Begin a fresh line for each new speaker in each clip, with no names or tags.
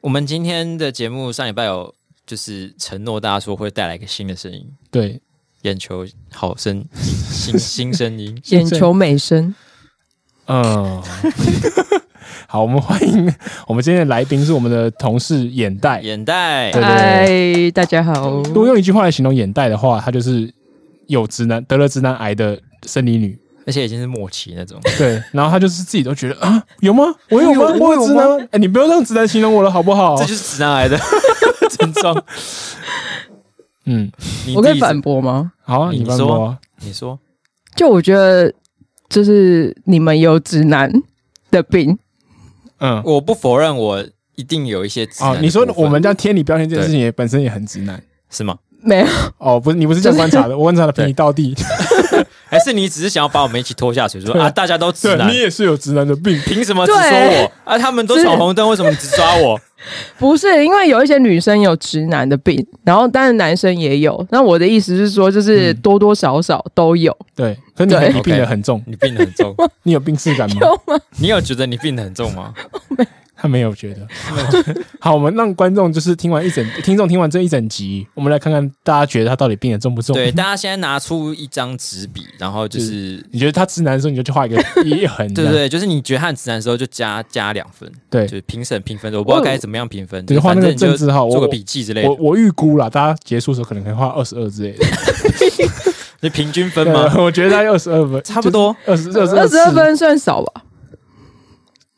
我们今天的节目上礼拜有就是承诺大家说会带来一个新的声音，
对，。
眼球好声音新新声音
是
眼球美声，
嗯， 好，我们欢迎我们今天的来宾是我们的同事眼袋。
眼袋
对
嗨，大家好，
如果用一句话来形容眼袋的话，她就是有直男得了直男癌的生理女。
而且已经是末期那种。
对，然后她就是自己都觉得啊，有吗？我有吗？我有直男？哎、你不要用直男形容我了，好不好
这？就是直男癌的 症状。
嗯，
你
我可
第
以
一次
反驳吗？
好啊，
你
你帮
说
我。
你说，
就我觉得，就是你们有直男的 病，
嗯，
我不否认，我一定有一些直男
哦
的，
你说
部分
我们这样贴你标签这件事情也本身也很直男。
是吗？
没有，
哦，不是，你不是这样观察的，我观察的比你到地。
还是你只是想要把我们一起拖下水，说
对
啊，大家都直
对
男
你，也是有直男的病。
凭什么只
对
说我啊？他们都
是
闯红灯，为什么你只抓我？
不是因为有一些女生有直男的病，然后当然男生也有。那我的意思是说，就是
嗯
多多少少都有，
对，可是你
对
你病得很重，
你病得很重，
你有病耻感吗？
有吗？
你有觉得你病得很重吗？
他没有觉得。好，我们让观众就是听完一整，听众听完这一整集，我们来看看大家觉得他到底病得重不重。
对，大家现在拿出一张纸笔，然后就是。
你觉得他直男的时候，你就去画一个 一横，
对对对，就是你觉得他很直男的时候，就加加两分，
对
就是评审评分的，我不知道该怎么样评分，
对
就
画
反
那
正
个
你就
政治号我
做个笔记之类
我
的，
我预估啦，大家结束的时候可能可以画二十二之类的。啊
你平均分吗？
我觉得大概二十二分，
差不多，
二十二
二十二。分算少吧？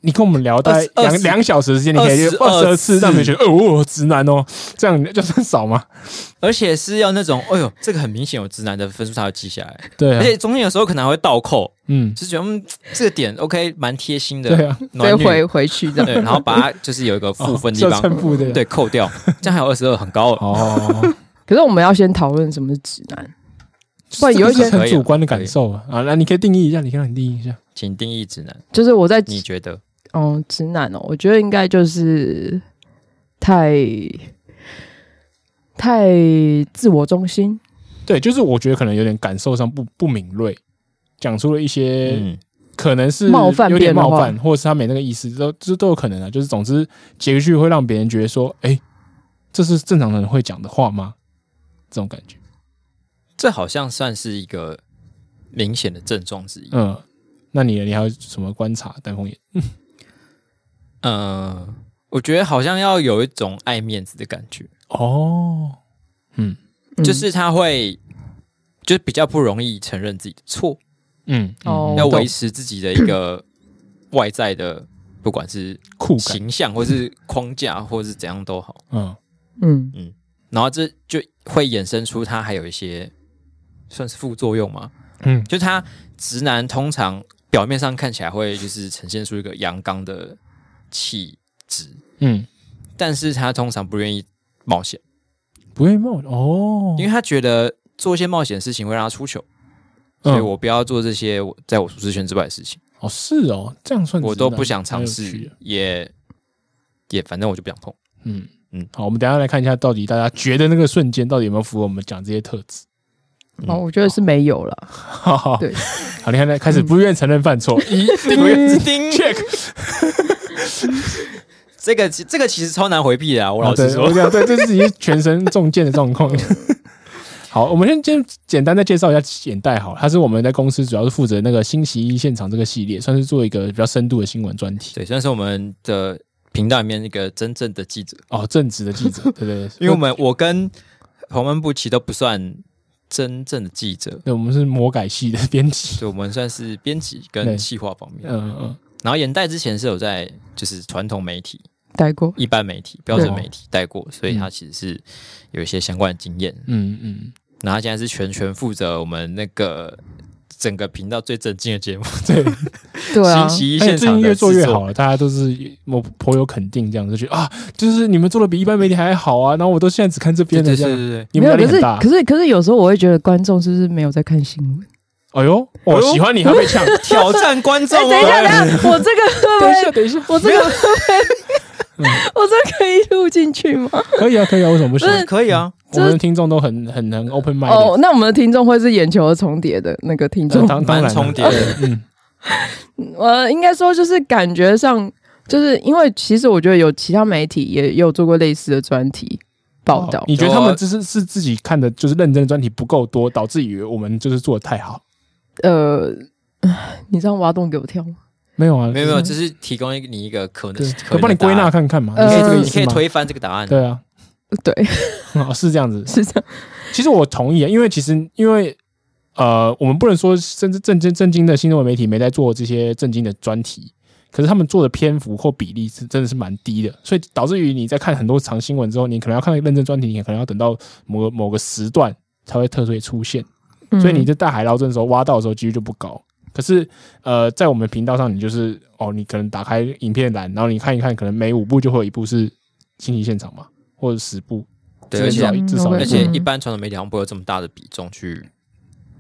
你跟我们聊大概
二十
两两小时的时间，你可以
22
二十二次让你觉得，哦，我直男哦，这样就算少吗？
而且是要那种，哎呦，这个很明显有直男的分数，他会记下来，
对
而
啊，
且中间有时候可能还会倒扣，
嗯，
就觉得嗯，这个点 OK，蛮贴心的，
对啊，
再
暖女
回 回去这
对，
样。
然后把它就是有一个负分地
这
方，
称不的，
对，扣掉， 这样还有二十二，很高了。
哦，
可是我们要先讨论什么是直男，不然
这
有一
个
些
是很主观的感受啊。啊，那你可以定义一下，你可以让你定义一下。
请定义直男，
就是我在
你觉得？
哦，直男哦，我觉得应该就是太太自我中心，
对，就是我觉得可能有点感受上不不敏锐，讲出了一些、
嗯，
可能是
冒犯
有点
别人的
冒
话
犯，或者是他没那个意思，都这都有可能啊。就是总之结局会让别人觉得说，哎、这是正常人会讲的话吗？这种感觉，
这好像算是一个明显的症状之一。
嗯。那你呢你还有什么观察？丹凤眼，
嗯，我觉得好像要有一种爱面子的感觉，
哦，
嗯
就是他会，就是比较不容易承认自己的错，
嗯，
哦
嗯
要
我懂
维持自己的一个外在的，不管是
酷感，
形象或是框架，或是怎样都好。
嗯，
嗯，
然后这就会衍生出他还有一些算是副作用嘛，
嗯，
就他直男通常表面上看起来会就是呈现出一个阳刚的气质，
嗯，
但是他通常不愿意冒险，
不愿意冒哦，
因为他觉得做一些冒险的事情会让他出糗，所以
嗯
我不要做这些我在我舒适圈之外的事情，
哦是哦，这样算
我
直
都
男
不想
蛮
尝
有趣啊
试
的，
也也反正我就不想 碰。
嗯
嗯
嗯，好，我们等一下来看一下，到底大家觉得那个瞬间到底有没有符合我们讲这些特质？嗯
哦，我觉得是没有了，
好好，
对，
好，你看，开始不愿承认犯 错，一
叮叮
check，
这个这个其实超难回避的啊！我老实
哦对
说
我，讲对，这是一全身中箭的状 况。好，我们先先简单再介绍一下眼袋好了，他是我们在公司主要是负责那个星期一现场这个系列，算是做一个比较深度的新闻专题
对，算是我们的频道里面一个真正的记者，
哦，正直的记 者，对对对，
因为我们我跟黄文布奇都不算真正的记者，
对我们是魔改系的编辑，
所以我们算是编辑跟
对
企划方面。
嗯嗯，
然后眼袋之前是有在就是传统媒体、
待过，
一般媒体、标准
对啊
媒体带过，所以他其实是有一些相关的经验。
嗯嗯，
然后他现在是全权负责我们那个。整个频道最震惊的节目，
对，
对啊，
星期一
而
现
且哎最
场
近
的
越做
制
越
作
好了，大家都是我颇有肯定，这样就觉得啊，就是你们做的比一般媒体还好啊，然后我都现在只看这
对
边
对
的
对
这样，
对对，
你
没
们压力
有，可
很
是
大
可。是可是有时候我会觉得观众是不是没有在看新闻？
哎呦，我、
哎呦
喜欢你，还被呛。
挑战观众
哎，
哦，
啊
等一下，等一下，我这个会不
等一下，
会？
等一下，
我这个会
嗯
不会？我这可以录进去吗？
可以啊，可以啊，为什么不行？
可以啊，
我们的听众都很很很 open mind，、
哦，那我们的听众会是眼球重叠的那个听众
呃嗯当当然啊
蛮
呃
重
了
叠的，
嗯，
呃，应该说就是感觉上，就是因为其实我觉得有其他媒体也有做过类似的专题报道
哦，你觉得他
啊
们只是是自己看的，就是认真的专题不够多，导致以为我们就是做的太好？
呃，你这样挖洞给我跳吗？
没有啊，
没有没有，只是提供一个你一个可能
对，，
可
我
能
帮你
的答
归
案
纳，看看嘛，
呃
你是这个意
你
思
可以
吗？
推翻这个答案。
对啊，
对，
哦是这样子。
是这样。
其实我同意啊，因为其实因为呃，我们不能说甚至正经正经的新闻媒体没在做这些正经的专题，可是他们做的篇幅或比例是真的是蛮低的，所以导致于你在看很多长新闻之后，你可能要看认真专题，你可能要等到某个某个时段才会特别出现，
嗯
所以你在大海捞针的时候挖到的时候几率就不高。可是，呃，在我们频道上，你就是哦，你可能打开影片栏，然后你看一看，可能每五部就会有一部是新奇现场嘛，或者十部，
对，而
至少
且
嗯
至少
我
一
也
而
部
且
嗯
一般传统媒体好像不会有这么大的比重去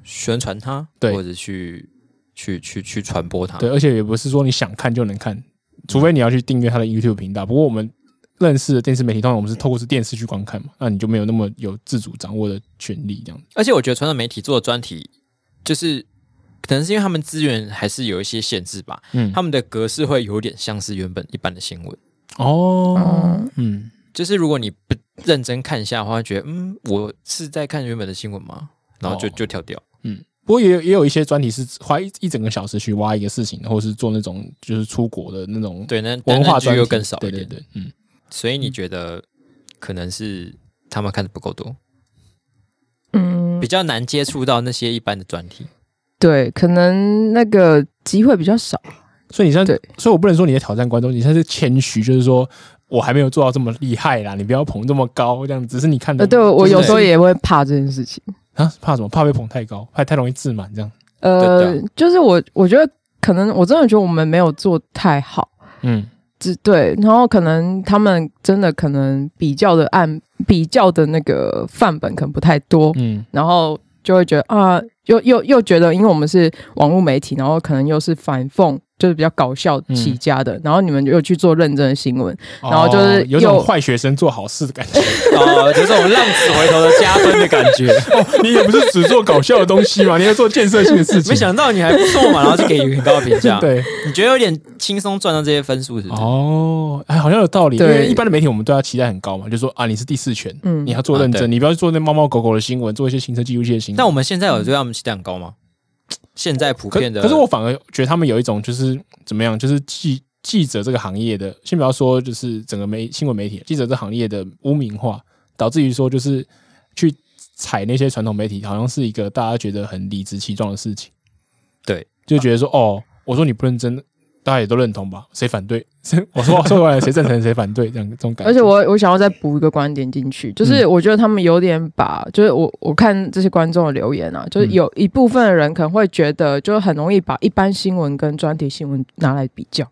宣传它，
对
或者去去去去传播它。
啊对，而且也不是说你想看就能看，除非你要去订阅他的 YouTube 频道。不过我们认识的电视媒体，通常我们是透过是电视去观看嘛，那你就没有那么有自主掌握的权利这样子。
而且我觉得传统媒体做的专题，就是可能是因为他们资源还是有一些限制吧，
嗯，
他们的格式会有点像是原本一般的新闻。
哦
嗯，
嗯，
就是如果你不认真看一下的话，会觉得嗯，我是在看原本的新闻吗？然后就
哦
就跳掉。
不过也有也有一些专题是花一一整个小时去挖一个事情，或者是做那种就是出国的那种
对，那
文化
剧
专
又
题，
更少
对
一
对
点。
对，嗯，
所以你觉得可能是他们看的不够多，
嗯
比，较难接触到那些一般的专 题。
对，可能那个机会比较少。
所以你现在
对，
所以我不能说你在挑战观众，你现在是谦虚，就是说我还没有做到这么厉害啦，你不要捧这么高，这样只是你看的
呃，，对我
就是哎
有时候也会怕这件事情。
啊，怕什么？怕被捧太高，怕太容易自满这样。
对
呃
对，
就是我我觉得可能我真的觉得我们没有做太好。
嗯，
只对，然后可能他们真的可能比较的案比较的那个范本可能不太多，
嗯，
然后就会觉得啊，又又又觉得，因为我们是网络媒体，然后可能又是反讽，就是比较搞笑起家
嗯
的，然后你们又去做认真的新闻，然后就是
哦有种
又
坏学生做好事的感觉。
哦，就是我们浪子回头的加分的 感觉。
哦你也不是只做搞笑的东西嘛，你要做建设性的事情。
没想到你还不错嘛，然后就给予很高的评价。，
对
你觉得有点轻松赚到这些分数是不是？
哦，哎，好像有道理。因
对
为一般的媒体我们对他期待很高嘛，就说啊，你是第四权，
嗯
你要做认
啊对
真，你不要做那猫猫狗狗的新闻，做一些行车记录器的新闻。
但我们现在有对他们期待很高吗？现在普
可
遍的，
可是我反而觉得他们有一种就是怎么样，就是记记者这个行业的，先不要说就是整个媒新闻媒体记者这行业的污名化，导致于说就是去踩那些传统媒体，好像是一个大家觉得很理直气壮的事情。
对
就觉得说，哦，我说你不认真，大家也都认同吧？谁反对？ 谁我说我说完了，谁赞成谁反对？这样这种感觉。
而且我我想要再补一个观点进去，就是
嗯
我觉得他们有点把，就是我我看这些观众的留言啊，就是
嗯
有一部分的人可能会觉得，就是很容易把一般新闻跟专题新闻拿来比较。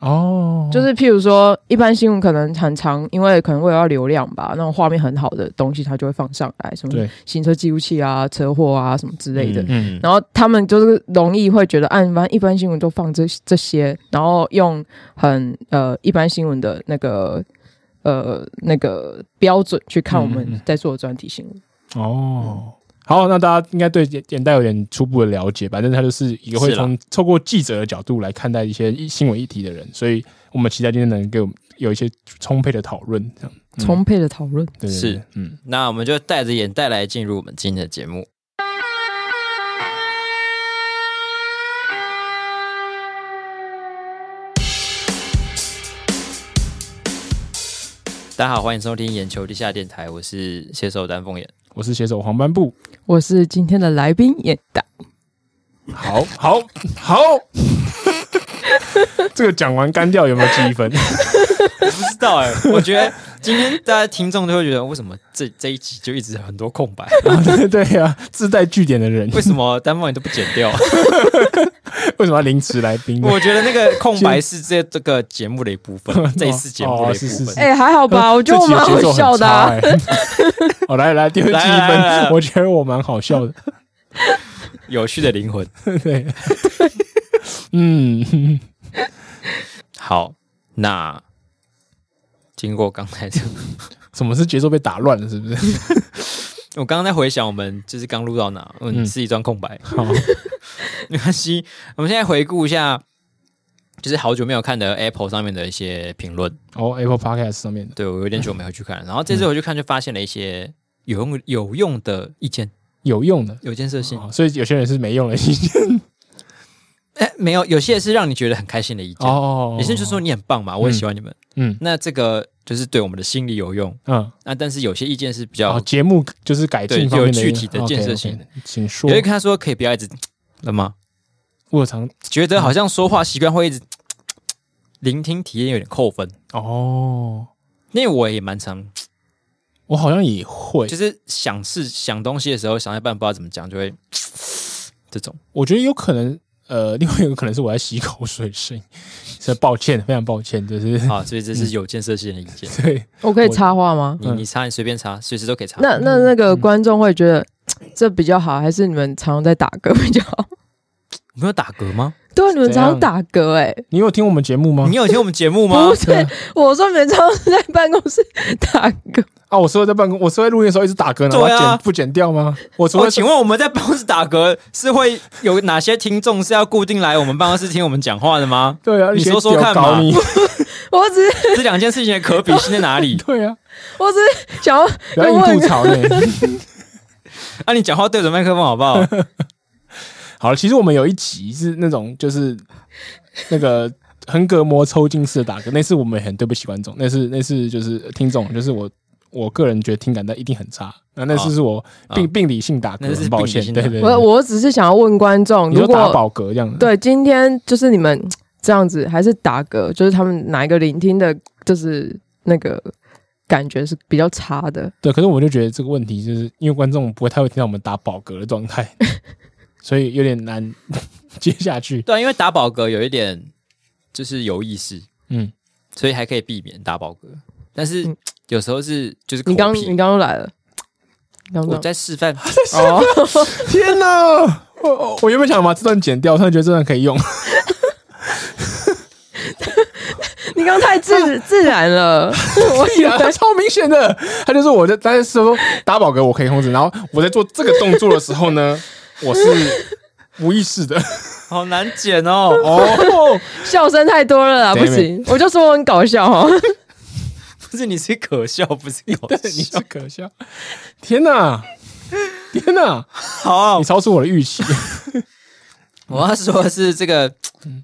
哦，
就是譬如说，一般新闻可能很长，因为可能为了要流量吧，那种画面很好的东西，它就会放上来，什么
对
行车记录器啊、车祸啊什么之类的。
嗯
嗯，
然后他们就是容易会觉得，按、啊、反正一般新闻都放这这些，然后用很呃一般新闻的那个呃那个标准去看我
嗯嗯
们
嗯
在做的专题新闻。
嗯
哦。好，那大家应该对眼眼袋有点初步的了解，反正他就是一个会
是啦
从透过记者的角度来看待一些一新闻议题的人，所以我们期待今天能给我们有一些充沛的讨论，这样嗯
充沛的讨论，
对对对
是
嗯，
那我们就带着眼袋来进入我们今天的节目。大家好，欢迎收听眼球地下电台，我是携手丹凤眼。
我是写手黄斑布，
我是今天的来宾眼袋，
好好 好，这个讲完干掉有没有积分？
我不知道哎、
欸
我觉得今天大家听众都会觉得，为什么这这一集就一直很多空 白？
对呀、自带据点的人，
为什么丹凤眼都不剪 掉？
为什么要凌迟来宾呢？
我觉得那个空白是这这个节目的一部分， 这一次节目的一部分。
哦是是是
哎、还好
呃
吧？我觉得我蛮好笑的、啊。
这集的节奏很差欸。 好，来来丢积
来来来
分
来，
我觉得我蛮好笑的。
有趣的灵魂。
对，嗯，
好，那经过刚才的，
什么是节奏被打乱了？是不是？
我刚刚在回想，我们就是刚录到哪，嗯，
嗯
是一段空白，
好，
没关系。我们现在回顾一下就是好久没有看的 Apple 上面的一些评论，
哦，Apple Podcast 上面的，
对我有点久没回去
嗯
看，然后这次回去看就发现了一些有用有用的意见，
有用的。
有建设性。
哦所以有些人是没用的意见
哎、没有，有些是让你觉得很开心的意见，
哦
有些就是说你很棒嘛，我很喜欢你们。
嗯
那这个就是对我们的心理有用。
嗯，
那但是有些意见是比较，
哦，节目就是改
对
进方面的
有具体的建设性
o k o k 请说
有。人跟他说可以不要一直了吗？
我有常
觉得好像说话习惯会一直聆听体验有点扣分，
哦，
因为我也蛮常
我好像也会
就，是想事想东西的时候，想一半不知道怎么讲，就会 这种。
我觉得有可能。呃， 另外一个可能是我在吸口水的声音， 所以抱歉，非常抱歉，就是、
好，所以
嗯
这是有建设性的意见。
对，
我可以插话吗？
你你插，你随便插，随时都可以插。
嗯
嗯
那那那个观众会觉得这比较好，还是你们常在打嗝比较好？
我没有打嗝吗？
对啊，你们
怎样
常打嗝哎、
你有听我们节目吗
你？有听我们节目吗
不？是，
嗯
我说你们常在办公室打嗝，
啊，我说在办公，我说在录音的时候一直打嗝，然后
对啊
剪不剪掉吗？我除
我
了？
请问我们在办公室打嗝是会有哪些听众是要固定来我们办公室听我们讲话的 吗
对啊，
你
一些
说说看嘛
屌 搞你
我只是
这两件事情的可比性在哪 里？
对啊，
我只是想要
不要硬吐槽呢。
啊，你讲话对着麦克风好不好？
好了，其实我们有一集是那种就是那个横膈膜抽筋式的打嗝，那次我们也很对不起观众，那次那次就是听众，就是我我个人觉得听感到一定很差，那那次是我病、
啊
病理性打
那
嗝，
是
很抱歉，
病理性
对
打嗝
对
我
对，
我只是想要问观众，
欸你
如
说打
果
饱嗝这样子，
对今天就是你们这样子，还是打嗝，就是他们哪一个聆听的，就是那个感觉是比较差的。
对，可是我就觉得这个问题就是因为观众不会太会听到我们打饱嗝的状态，所以有点 难接下去。
对啊，因为打饱嗝有一点就是有意识，
嗯，
所以还可以避免打饱嗝。但是
嗯
有时候是就是
你
口
刚
癖
你刚刚来了，你刚
我
刚
在示范，
哦，
天哪！我我我原本想把这段剪掉，突然觉得这段可以用。
你刚刚太 自自然了，我以
屁啊，
为
超明显的。他就说我在，他就说打饱嗝我可以控制，然后我在做这个动作的时候呢，我是无意识的。
好难剪哦。
哦，
笑声太多了啦，
Damn
不行，我就说我很搞笑哦。
不是你是可笑，不是 搞
对，你
笑
是。可笑。天哪，天哪，
好啊
你，超出我的预期。
我要说的是这个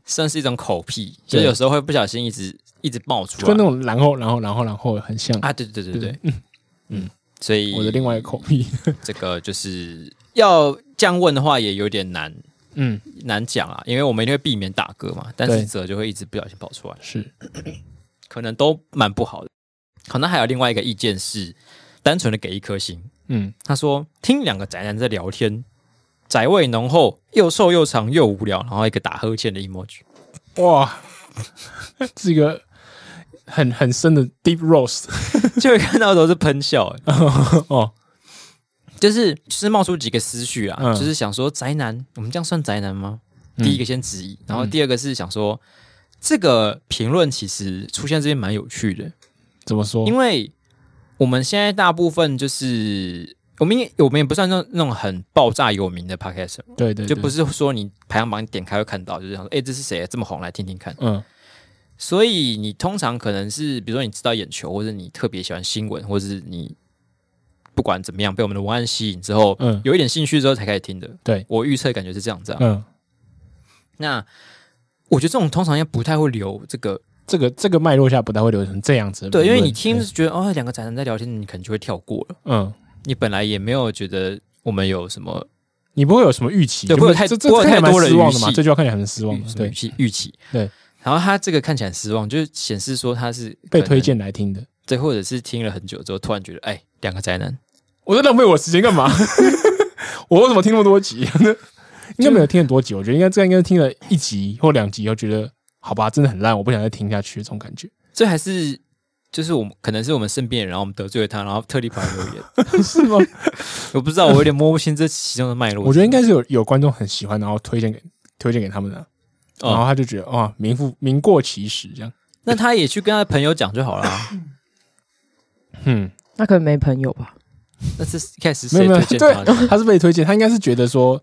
算是一种口癖，就
对
是有时候会不小心一直一直冒出
就跟那
来
种然后然后然后然后很像
啊。对对对对对，嗯，所以
我的另外一个口癖。
这个就是要这样问的话，也有点难
嗯，
难讲啊，因为我们一定会避免打嗝嘛，但是
对
则就会一直不小心跑出来，
是
可能都蛮不好的。好，那还有另外一个意见是，单纯的给一颗星。
嗯，
他说听两个宅男在聊天，宅味浓厚，又瘦又长又无聊，然后一个打呵欠的 emoji。
哇，这个很很深的 deep roast
就会看到都是喷笑、欸，
哦。
就是就是冒出几个思绪啊，
嗯
就是想说宅男，我们这样算宅男吗？
嗯
第一个先质疑，然后第二个是想说，这个评论其实出现这边蛮有趣的，
怎么说？
因为我们现在大部分就是我们也我们也不算那种那种很爆炸有名的 podcast，
对对，
就不
是
是说你排行榜点开会看到，就是想说，哎、这是谁啊这么红，来听听看。
嗯
所以你通常可能是，比如说你知道眼球，或者你特别喜欢新闻，或者是你不管怎么样被我们的文案吸引之后，
嗯
有一点兴趣之后才开始听的。
对
我预测感觉是这样子啊。
嗯，
那我觉得这种通常应该不太会留这个，这个
这个脉络下不太会流成这样子的
对，
评
因
论。
为你听是觉得哦，两个宅男在聊天，你可能就会跳过了。
嗯，
你本来也没有觉得我们有什么
你不会有什么预期，
对
就
不会有
是
太
这这
不会有
这看起
太
来
多
蛮
人
失望的
预
嘛？
期
这句话看起来很失望
预，什么预
对，
期预期。
对，
然后他这个看起来很失望，就是显示说他是
被
可能
推，荐来听的。
对，或者是听了很久之后，突然觉得哎，两个宅男。
我在浪费我的时间干嘛？ 我为什么听那么多集？ 应该没有听很多集，我觉得应该这样应该听了一集或两集，后觉得好吧，真的很烂，我不想再听下去这种感 觉。
这还是就是我们可能是我们身边人，然后我们得罪了他，然后特地跑来留言，
是吗？
我不知道，我有点摸不清这其中的脉络。
我觉得应该是有有观众很喜欢，然后推荐给推荐给他们的，然后
哦，
他就觉得哇，名副名过其实这样。
那他也去跟他的朋友讲就好了啊。
嗯，
那可能没朋友吧？
那是一开始
没
谁
有没有，
推荐
对
他的？，
他是被推荐，他应该是觉得说，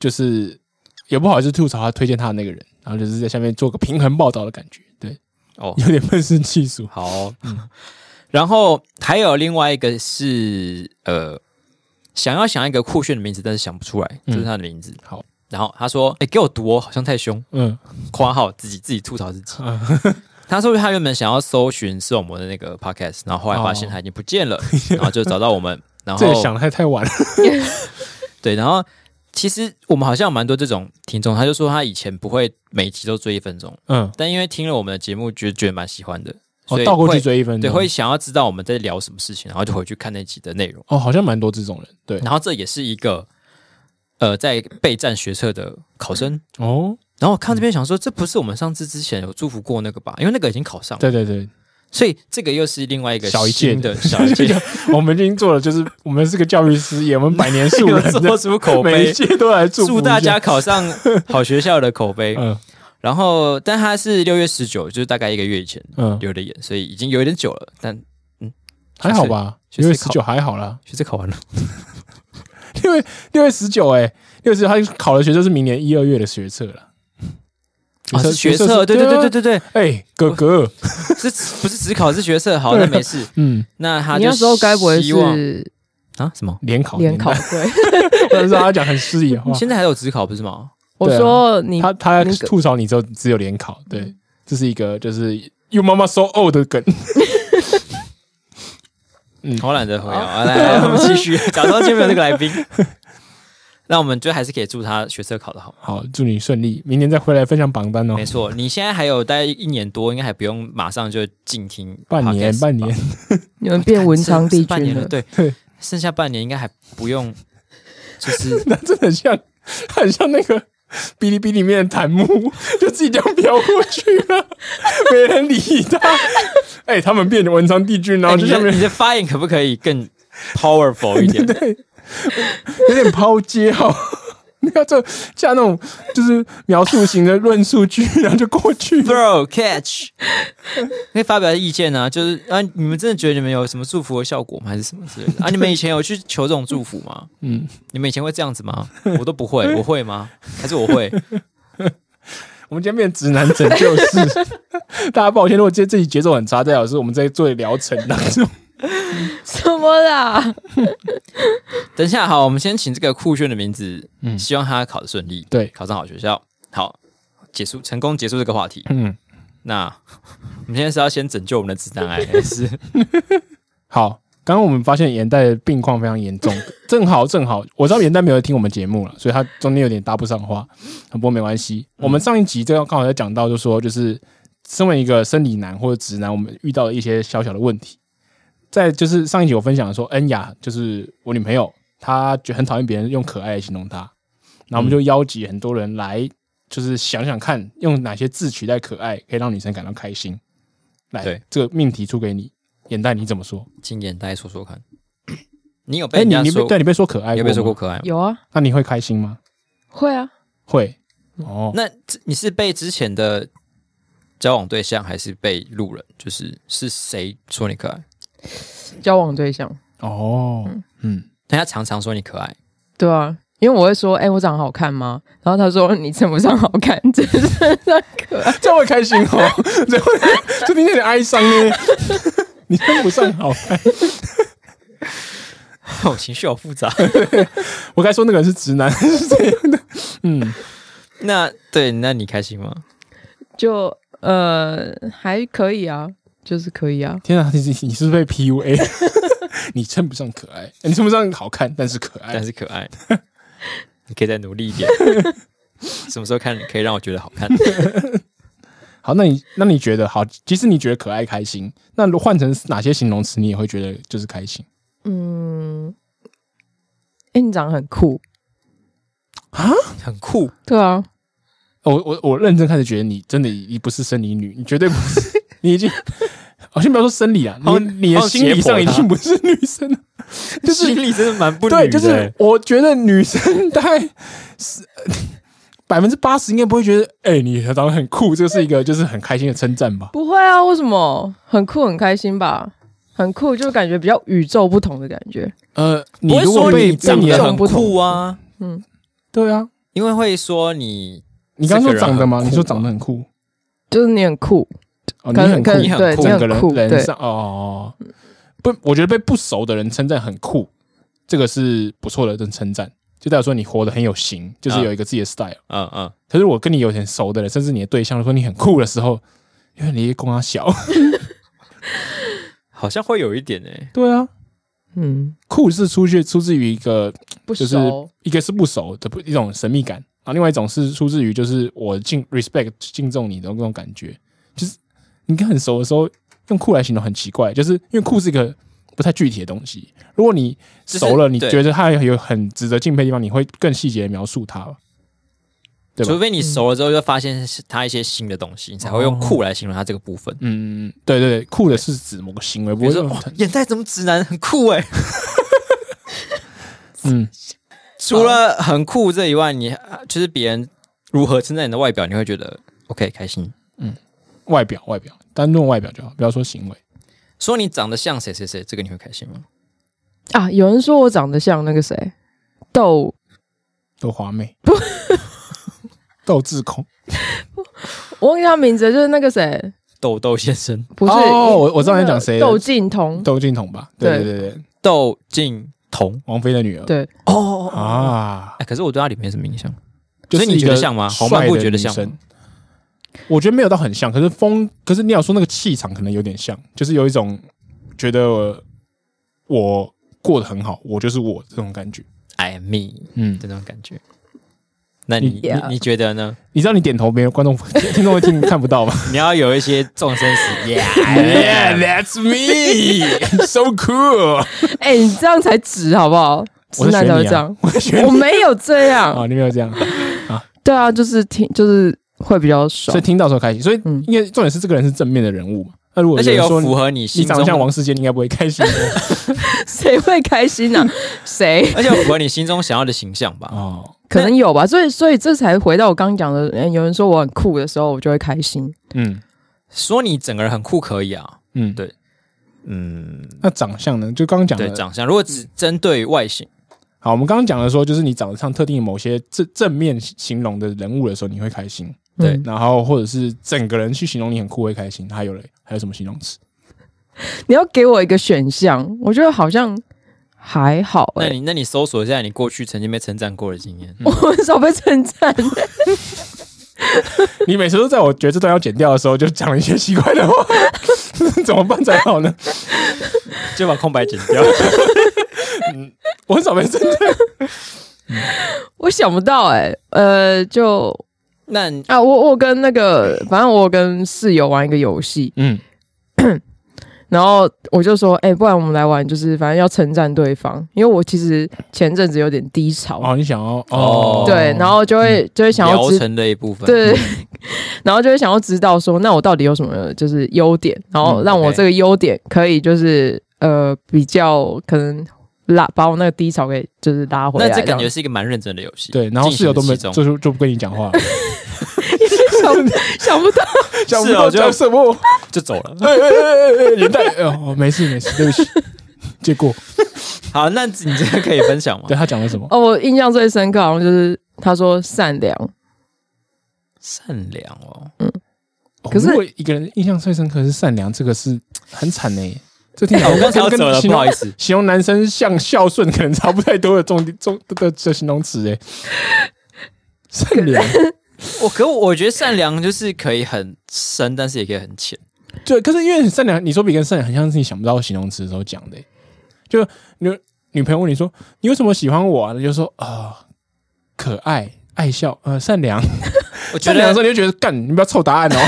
就是也不好意思吐槽他推荐他的那个人，然后就是在下面做个平衡报道的感觉，对，
哦，
有点愤世嫉俗。
好哦、然后还有另外一个是呃，想要想一个酷炫的名字，但是想不出来，这是他的名字。
嗯好，
然后他说：“哎、给我读哦，好像太凶。
嗯，”（
括号自己自己吐槽自己。 他说他原本想要搜寻视网膜的那个 podcast，然后后来发现
哦
他已经不见了， 然后就找到我 们。然
这
后
也想的太太晚了。
对，然后其实我们好像有蛮多这种听众，他就说他以前不会每一集都追一分钟，
嗯，
但因为听了我们的节目，觉得觉得蛮喜欢的，所
哦，
以
倒过
会
去追一分
对，
钟，
会想要知道我们在聊什么事情，然后就回去看那集的内容。
哦，好像蛮多这种人，对，
然后这也是一个呃，在备战学测的考生。
哦，
然后我看这边想说，这不是我们上次之前有祝福过那个吧？因为那个已经考上了，
对对对，
所以这个又是另外一个
小一届
新的小 一届，
我们已经做了，就是我们是个教育师，也我们百年树 人
做
的，
出口
每一
碑，
届都来祝福
祝
一
大
下
家。考上好学校的口碑。
嗯
然后，但他是六月十九，就是大概一个月以前
嗯，
留的言，所以已经有点久了。但
还好吧，
学测
六月十九还好啦，
学测考完了，
六月六月十九，哎，六月十九他考的学测是明年一二月的学测了。
啊，是学测，对对啊对对对对，
哎，哥哥，
是不是只考是学测？ 好，那没事。
嗯，
那他
你
就
那时候该不会
希望
是
啊什么？
联考
联考？
年代
对，
但是他讲很失礼的话，
现在还有职考不是吗？
我说你
啊他他
那个
吐槽你之后只有联考，对，这是一个就是 you 妈妈 so old 的梗。
好懒得回啊！啊来，来我们继 续，假装今天没有这个来宾。那我们就还是可以祝他学测考得好。
好，祝你顺利，明年再回来分享榜单哦
没。错，你现在还有大概一年多，应该还不用马上就静听
半年
podcast 吧
半年，
你们变文昌帝
是半
君
年了，
了，
对，
对
剩下半年应该还不用，就是
那真的很像，很像那个 哔哩哔哩里面的弹幕， 就自己这样飘过去了， 没人理他。 哎、他们变文昌帝君， 然
哎
后
你
就下
的
面
你的发言可不可以更 powerful 一 点？
有点抛接哦。 你看这像那种就是描述型的论述句，然后就过去了。
Bro catch，可以发表意见啊，就是啊，你们真的觉得你们有什么祝福的效果吗？还是什么之类的？啊，你们以前有去求这种祝福吗？
嗯，
你们以前会这样子吗？我都不 会，我会吗？还是我会？
我们今天变直男拯救室， 大家抱歉，如果今天这集节奏很差，代表是我们在做疗程当中。
什么啦？
等一下，好，我们先请这个酷炫的名字，
嗯
希望他考得顺利，
对
考上好学校。好，结束，成功结束这个话题。
嗯，
那 我们现在是要先拯救我们的直男癌，还是
好，刚刚我们发现眼袋的病况非常严重，正好正好，我知道眼袋没有听我们节目了，所以他中间有点搭不上话，不过没关系。我们上一集这个刚好在讲到，就说就是身为一个生理男或者直男，我们遇到的一些小小的问题。在就是上一集我分享说，恩雅就是我女朋友，她觉得很讨厌别人用可爱来形容她，然后我们就邀集很多人来，就是想想看用哪些字取代可爱，可以让女生感到开心。来
对，
这个命题出给你，眼袋你怎么说？
经验大家说说 看？你有被
哎、
人
你
家
你被
说？
对你被说可爱
你
吗，
有被说过可爱吗？
有啊，
那你会开心吗？
会啊，
会。
嗯
哦，
那这你是被之前的交往对象，还是被路人？就是是谁说你可爱？
交往对象，
哦，嗯，
人家常常说你可爱，
对啊。因为我会说，哎、我长得好看吗？然后他说 你称不上好看， 只是可爱。
这样会开心哦， 这会这听起来有点哀伤呢。 你跟不上好哎看，
我情绪好复 杂。
我该说那个人是 直男还是这样的？嗯，
那对，那你开心吗？
就呃还可以啊，就是可以啊。
天啊，你你你是不是被 PUA？你称不上可爱，哎你称不上好看，但是可爱
但。是可 爱，你可以再努力一点。什么时候看可以让我觉得好 看？
好，那你那你觉得好？即使你觉得可爱开心，那如果换成哪些形容词，你也会觉得就是开心
嗯，哎、你长得很酷，
啊？
很酷，
对啊，
我哦我我认真开始觉得你真的你不是生理女，你绝对不是， 你已经，好先不要说生理啊，
好
你你的
好
心
解
理
剖
上已
她
经不是女 生了，就是
心里真的蛮不
对，
女
就
的
是我觉得女生大概是百分之八十应该不会觉得，哎、你长得很酷，这是一个就是很开心的称赞吧？
不会啊，为什么？很酷，很开心吧？很酷，就感觉比较与众不同的感觉。
呃，
不
你
会
如果
说
被
你长
被你
得
的
很酷啊，
对啊，
因为会说你
你刚刚说长得吗？
这个人很酷
你说长得很酷，
就是你很酷，
哦，你
可
很
能
酷
可，能
你很
对，
酷
你
整个
很酷，
人
对
人，上哦，不，我觉得被不熟的人称赞很酷，这个是不错的这称赞，就代表说你活得很有型，就是
嗯
有一个自己的 style。
嗯嗯，
可是我跟你有点熟的人，甚至你的对象说你很酷的时候，因为你跟他小，
好像会有一点诶、欸
对啊，
嗯，
酷是出去出自于一个
不
就是
熟，
一个是不熟的不一种神秘感，然后另外一种是出自于就是我敬 respect 敬重你的那种感觉，就是你跟很熟的时候用酷来形容很奇怪，就是因为酷是一个不太具体的东西。如果你熟了，
就是
你
对
觉得他有很值得敬佩的地方，你会更细节的描述他。对吧
除非你熟了之后，就发现是他一些新的东西，你才会用酷来形容他这个部分。
嗯，对对对，酷的是指某个行为，
比
不
如
是
说，哇，眼袋怎么直男很酷欸 诶、
嗯，
除了很酷这以外，你就是别人如何称赞你的外表，你会觉得 OK 开心。
外表外表，单论外表就好，不要说行为。
说你长得像谁谁谁，这个你会开心吗？
啊，有人说我长得像那个谁，豆，
豆花妹，豆志孔，
我忘记他名字了，就是那个谁，
豆豆先生，
不是，
哦我我知道你讲谁了
窦靖童，
窦靖童吧？对对
对
对对，
窦靖童
王菲的女儿。
对，
哦啊！
啊，
哎，可是我对他脸没什么印象。
就是
所以你觉得像吗
红
红漫不觉得像吗
我觉得没有到很像，可是风，可是你要说那个气场可能有点像，就是有一种觉得我我过得很好，我就是我这种感觉。
I me
嗯，
这种感觉。那你你
Yeah
你觉得呢？
你知道你点头，没有观众听众会 听看不到吗
你要有一些众生 死哎
？Yeah,
yeah，
that's me, so cool。
哎，你这样才直好不好？直
我在
男
学你
才会
啊
这样，，
我在学
我
你
没有这
啊，
样，
你没有 这样，
对啊，就是听，就是会比较爽
所以，听到的时候开心，所以
嗯
因为重点是这个人是正面的人物嘛。那如果
而且
有人
有
说
符合你
你
心
长得像
中，
王世坚，你应该不会开心的
谁会开心啊？谁？
而且有符合你心中想要的形象吧？
哦。
可能有吧，所以所以这才回到我刚刚讲的，嗯有人说我很酷的时候，我就会开心。
嗯
说你整个人很酷可以啊，
嗯，
对嗯，
那长相呢？就刚刚讲
对，
的
长相。如果只针对于外
嗯
形，
好，我们刚刚讲的说，就是你长得像特定某些正正面形容的人物的时候，你会开心；
对
嗯
然后或者是整个人去形容你很酷会开心。还有嘞，还有什么形容词？
你要给我一个选项，我觉得好像还好哎、
那你那你搜索一下你过去曾经被称赞过的经验，
嗯
我很少被称赞，
你每次都在我觉得这段要剪掉的时候，就讲了一些奇怪的话，怎么办才好呢？
就把空白剪 掉。
我很少被真的
我想不到哎、呃，就
那
啊，我我跟那个，反正我跟室友玩一个游戏，
嗯
然后我就说，哎、不然我们来玩，就是反正要称赞对方，因为我其实前阵子有点低潮，
哦，你想要哦
哦
对，然后就会就会想要
疗
知
程的一部分，
对， 然后就会想要知道说，那我到底有什么就是优点，然后
嗯
让我
OK
这个优点可以就是呃比较可能拉把我那个低潮给就是拉回来
那
样。
这感觉是一个蛮认真的游戏。
啊对，然后室友都没，
进行
就
其中
就就不跟你讲话了，
想不到，
讲不
室友
到
就
讲什么？
就走了。
哎哎哎哎哎，年代哦，没事没事，对不起。结果
好，那你这个可以分享吗
对？他讲了什么？
哦，我印象最深刻好像就是他说善良，
善良哦，
哦
可是
如果一个人印象最深刻是善良，这个是很惨呢、这听起 来
哦我刚才要
跟
走了，
形
不
容
好意思。
形容男生像孝顺，可能差不太多的重重 的的形容词哎、善良，
我可我觉得善良就是可以很深，但是也可以很浅。
对，可是因为善良，你说比跟善良很像是你想不到形容词的时候讲的、欸，就女女朋友问你说你为什么喜欢我啊？你就说啊、可爱、爱笑、呃善良。
我觉
善良的时
得
候你就觉得干，你不要凑答案哦。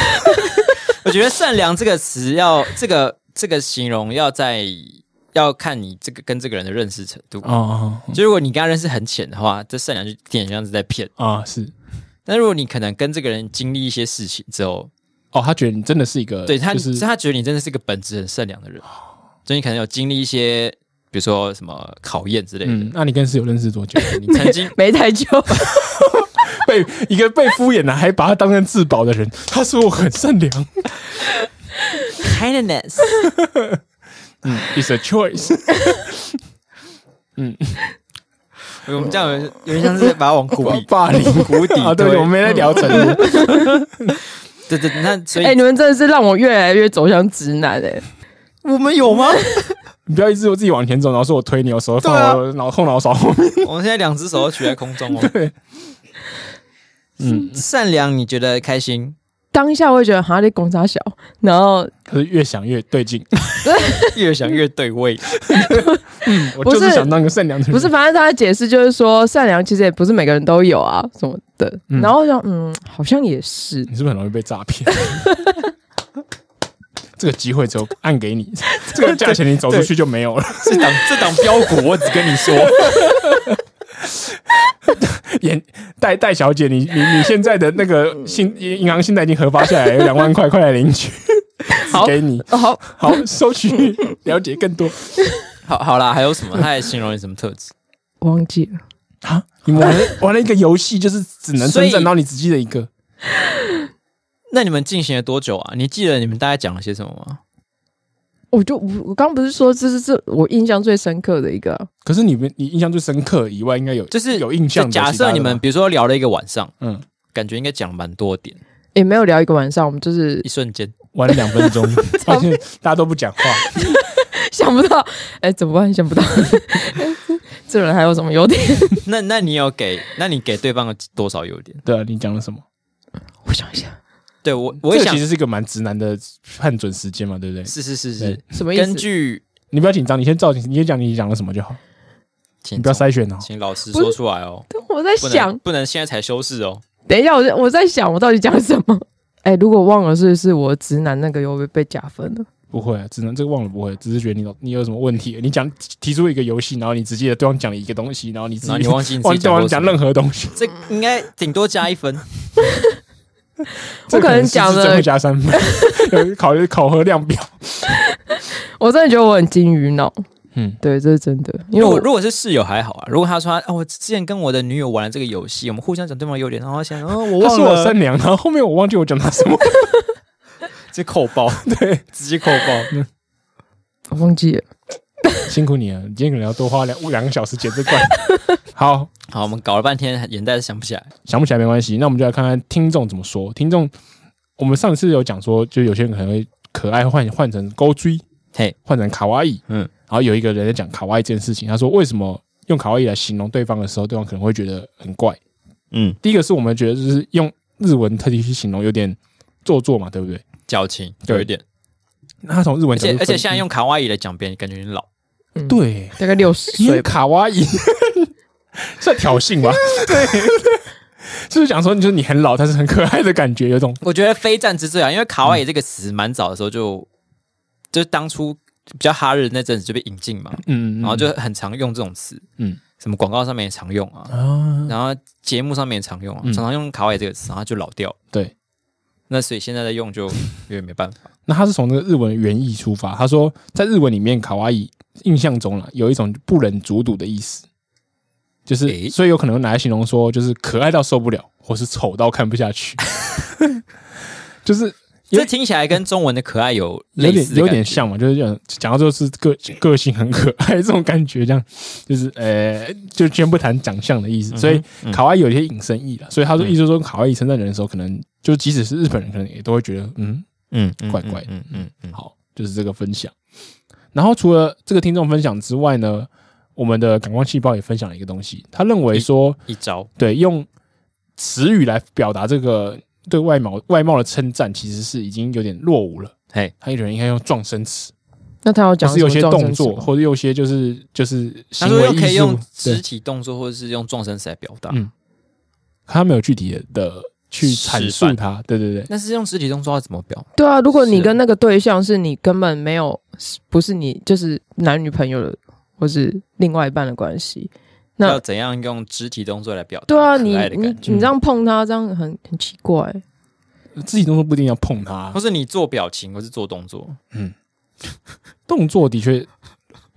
我觉得善良这个词要这个这个形容要在要看你这个跟这个人的认识程度。
哦哦
就如果你跟他认识很浅的话，这善良就点像是在骗；
哦啊是
但如果你可能跟这个人经历一些事情之后，
哦，他觉得你真的是一个，
对他，
就是
是、他觉得你真的是个本质很善良的人，所以你可能有经历一些，比如说什么考验之类的。
嗯，那你跟室友认识多久？
你曾经
没太久，
被一个被敷衍了，还把他当成自保的人。他说我很善良。
kindness，
嗯，is a choice。嗯，
我们这样有有点像是把它往谷 底
霸凌
谷底
啊，对，
推
我们没在聊成语，
对对，那所以
哎、你们真的是让我越来越走向直男哎、
我们有吗？
你不要一直我自己往前走，然后说我推你，我手
对
放
啊
我脑后脑勺 后面，
我们现在两只手都举在空中哦。
对，嗯，
善良，你觉得开心？
当下会觉得哈利拱傻小，然后
可是越想越对劲，
越想越对味。
嗯我
不
就是
是
想当个善良的人，
不是，反正他的解释就是说，善良其实也不是每个人都有啊什么的。
嗯
然后我想，嗯，好像也是，
你是不是很容易被诈骗？ 这个机会只有按给你，这个价钱你走出去就没有了。
这档这档标股，我只跟你说，
演戴戴小姐，你你你现在的那个信
嗯
银银行现在已经核发下来，有两万块，快来领 取，
好
给你。
哦好
好，收取了解更多
好好啦，还有什么？他还形容你什么特质？
忘记了，
啊！你 们玩了玩了一个游戏，就是只能
所以
真正到你只记得一个，
那你们进行了多久啊？你记得你们大概讲了些什么吗？
我就我我刚不是说这是这我印象最深刻的一个啊、
可是你们你印象最深刻以外，应该有
就是
有印象
就
的。
假
其他
设
的
你们
吧
比如说聊了一个晚上，
嗯
感觉应该讲了蛮多点，
也没有聊一个晚上，我们就是
一瞬间。
玩了两分 钟，发现大家都不讲话，
想不到，哎、怎么办？想不到， 这人还有什么优点？
那那你有给？那你给对方了多少优点？
对啊，你讲了什么？
我想一下，
对我，我也
这个
想
其，实是一个蛮直男的判准时间嘛，对不对？
是是是
对
是，
什么意思？
根据
你不要紧张，你先照，你先讲你讲了什么就好，
请
你不要筛选哦。
请老师
不是
说出来哦，
我在
不
想
能，不能现在才修饰哦。
等一下，我在我在想，我到底讲什么？哎、如果忘了，是不是我直男那个又被被加分了？
不会、啊，只能这个忘了不会，只是觉得你你有什么问题，你讲提出一个游戏，然后你只记得对方讲了一个东西，然后你自
然后
己
你忘记你自
忘
己
记对
讲
方
过什
讲
么
任何东西，
这应该顶多加一分。
这
可能
是
讲
是
了
真会加三分，有考虑考核量表。
我真的觉得我很金鱼脑，
嗯，
对，这是真的，因为
如果
我
如果是室友还好啊，如果他说他哦，我之前跟我的女友玩了这个游戏，我们互相讲对方优点，然后想哦，我
他
忘
说我
了，
善良，然后后面我忘记我讲他 什么，
直接扣包，
对，
直接扣包。
我忘记了。
辛苦你了，你今天可能要多花两两个小时剪这段。好，
好，我们搞了半天，眼袋是想不起来。
想不起来没关系，那我们就来看看听众怎么说。听众，我们上次有讲说，就有些人可能会可爱换换成勾追，
嘿，
换成卡哇伊，
嗯
嗯，然后有一个人在讲卡哇伊这件事情，他说为什么用卡哇伊来形容对方的时候，对方可能会觉得很怪。
嗯，
第一个是我们觉得就是用日文特地去形容有点做作嘛，对不对？
矫情
对
有一点，
那他从日文
而
角
且
度分，嗯
而且现在用卡哇伊来讲别人，感觉很老。
嗯，，
对，
大概六十
因为
岁吧。
卡哇伊 算挑衅吧？ 对，就是讲说，就是你很老，但是很可爱的感觉，有一种
我觉得非战之罪啊，因为卡哇伊这个词蛮早的时候
嗯
就，就是当初比较哈日那阵子就被引进嘛，
嗯，嗯嗯
然后就很常用这种词，
嗯
嗯，什么广告上面也常用啊，
啊，
然后节目上面也常用啊，
嗯
常常用卡哇伊这个词，然后就老掉了。
对，
那所以现在在用就有点没办法。
那他是从那个日文原意出发，他说在日文里面，卡哇伊印象中啦，有一种不忍卒睹的意思，就是、
诶
所以有可能拿来形容说，就是可爱到受不了，或是丑到看不 下去，就是有
这听起来跟中文的可爱有
有
类
点
似的
有
感
点
觉
像嘛，就是讲讲到就是个个性很可爱这种感觉，这样就是呃，就先不谈长相的意思，所以
嗯
卡哇伊有一些引申意了，所以他说意思说卡哇伊称赞人的时候，可能就即使是日本人，可能也都会觉得嗯
嗯嗯
怪怪的
嗯嗯嗯，嗯
好，就是这个分享。然后除了这个听众分享之外呢，我们的感光细胞也分享了一个东西，他认为说，
一招
对，用词语来表达这个对外貌外貌的称赞，其实是已经有点落伍了。
嘿，
他一个人应该用撞声词，
那他有
就
讲
是有些
什么
动
撞针
作，
什么
或者有些就是就是
他
行
说
为
又可以
艺术
用。肢
对，
体动作或者是用撞声词来表达
嗯，他没有具体的的去阐
示
述
范
它。对对对，
但是用肢体动作要怎么表？
对啊，如果你
是
跟那个对象是你根本没有，不是你就是男女朋友的，或是另外一半的关系，那
要怎样用肢体动作来表达？
对啊，
可
你
爱的
你
感
你
觉
这样碰他，这样很很奇怪。
肢体动作不一定要碰 它
或，是你做表情，或是做动作，
动作的确，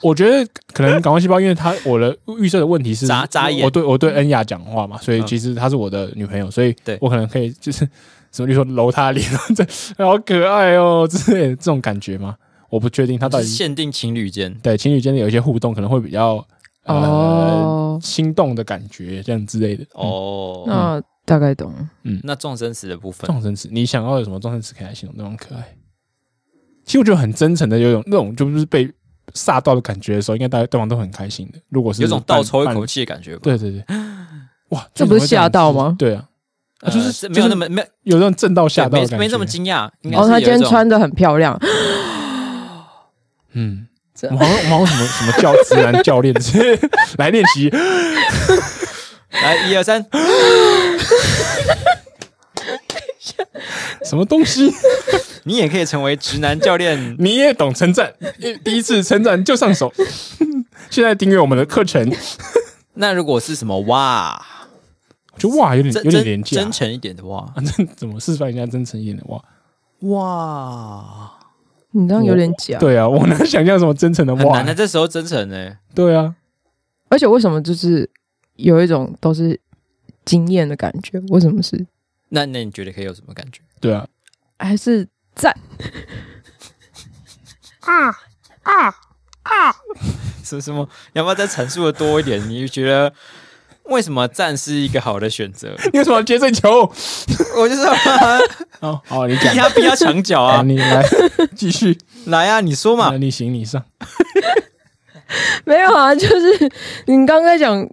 我觉得可能感光细胞，因为他我的预设的问题 是
眨眨眼
我对我对恩雅讲话嘛，所以
嗯
其实她是我的女朋友，所以
对
我可能可以就是什么，就说揉她脸，这好可爱哦之类的这种感觉嘛，我不确定她到
就是
底嗯
限定情侣间。
对情侣间的有一些互动可能会比较呃、
哦，
呃心动的感觉这样之类的。哦，
哦，
那大概懂了。
那撞生死的部分，
撞生词，你想要有什么撞生词可以来形容那种可爱？其实我觉得很真诚的，有一种那种就是被煞到的感觉的时候，应该大家对方都很开心的。如果是
有种倒抽一口
气，
气的感觉吧。
对对对，哇，
这不是吓到吗
对啊，
呃，
就是
是没有那么没有
有那种震到吓到的
没
感觉，
没这么惊讶，应该
哦，
是
他
有
今天
一种
穿的很漂亮，
嗯，
这
我们好像我们好像什么什么教直男教练之类的 来练习，
来一二三，
什么东西 。
你也可以成为直男教练
你也懂称赞，第一次称赞就上手。 现在订阅我们的课程，
那如果是什么哇，
我觉得哇，有点
真
嗯有点
真
廉价
真，诚一点的 哇
啊真怎么示范一下真诚一点的哇？
哇，
你这样有点假。
对啊，我能想象什么真诚的
很
哇
难？啊的，这时候真诚呢？
对啊，
而且为什么就是有一种都是惊艳的感觉？为什么是
那那你觉得可以有什么感觉？
对啊，
还是赞？
是什么？要不要再阐述的多一点？你觉得为什么赞是一个好的选 择？
你为什么要接这球？
我就是要让他
哦，好，你
逼
讲
他逼他墙角
啊，
啊！
你来继 续，
来啊，你说嘛
那，你行你上，
没有啊，就是你刚刚讲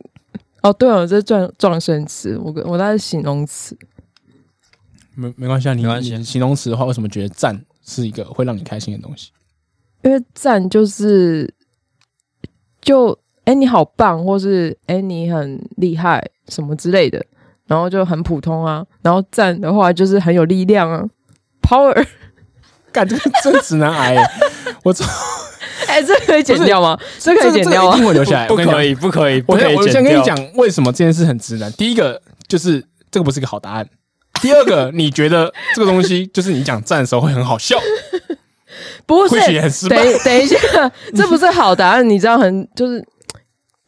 哦，对哦，这是撞撞声词，我我那是形容词。
没没关系啊，你
没关系
你形容词的话，为什么觉得赞是一个会让你开心的东西？
因为赞就是就哎、诶你好棒，或是哎、诶你很厉害什么之类的，然后就很普通啊。然后赞的话就是很有力量啊，power。
干这个真直男癌 耶，我操！
哎、这可以剪掉吗？这可以剪掉
这个一
啊。
定会留下 来。
不
我跟你讲
可，以，不可以，不
我
可
先
以
我
剪
先跟
掉
你。讲为什么这件事很直男。第一个就是这个不是一个好答案。第二个，你觉得这个东西 就是你讲赞的时候会很好笑，
不是
会，写很失
等
败。
一等一下，这不是好答案，你知道很就是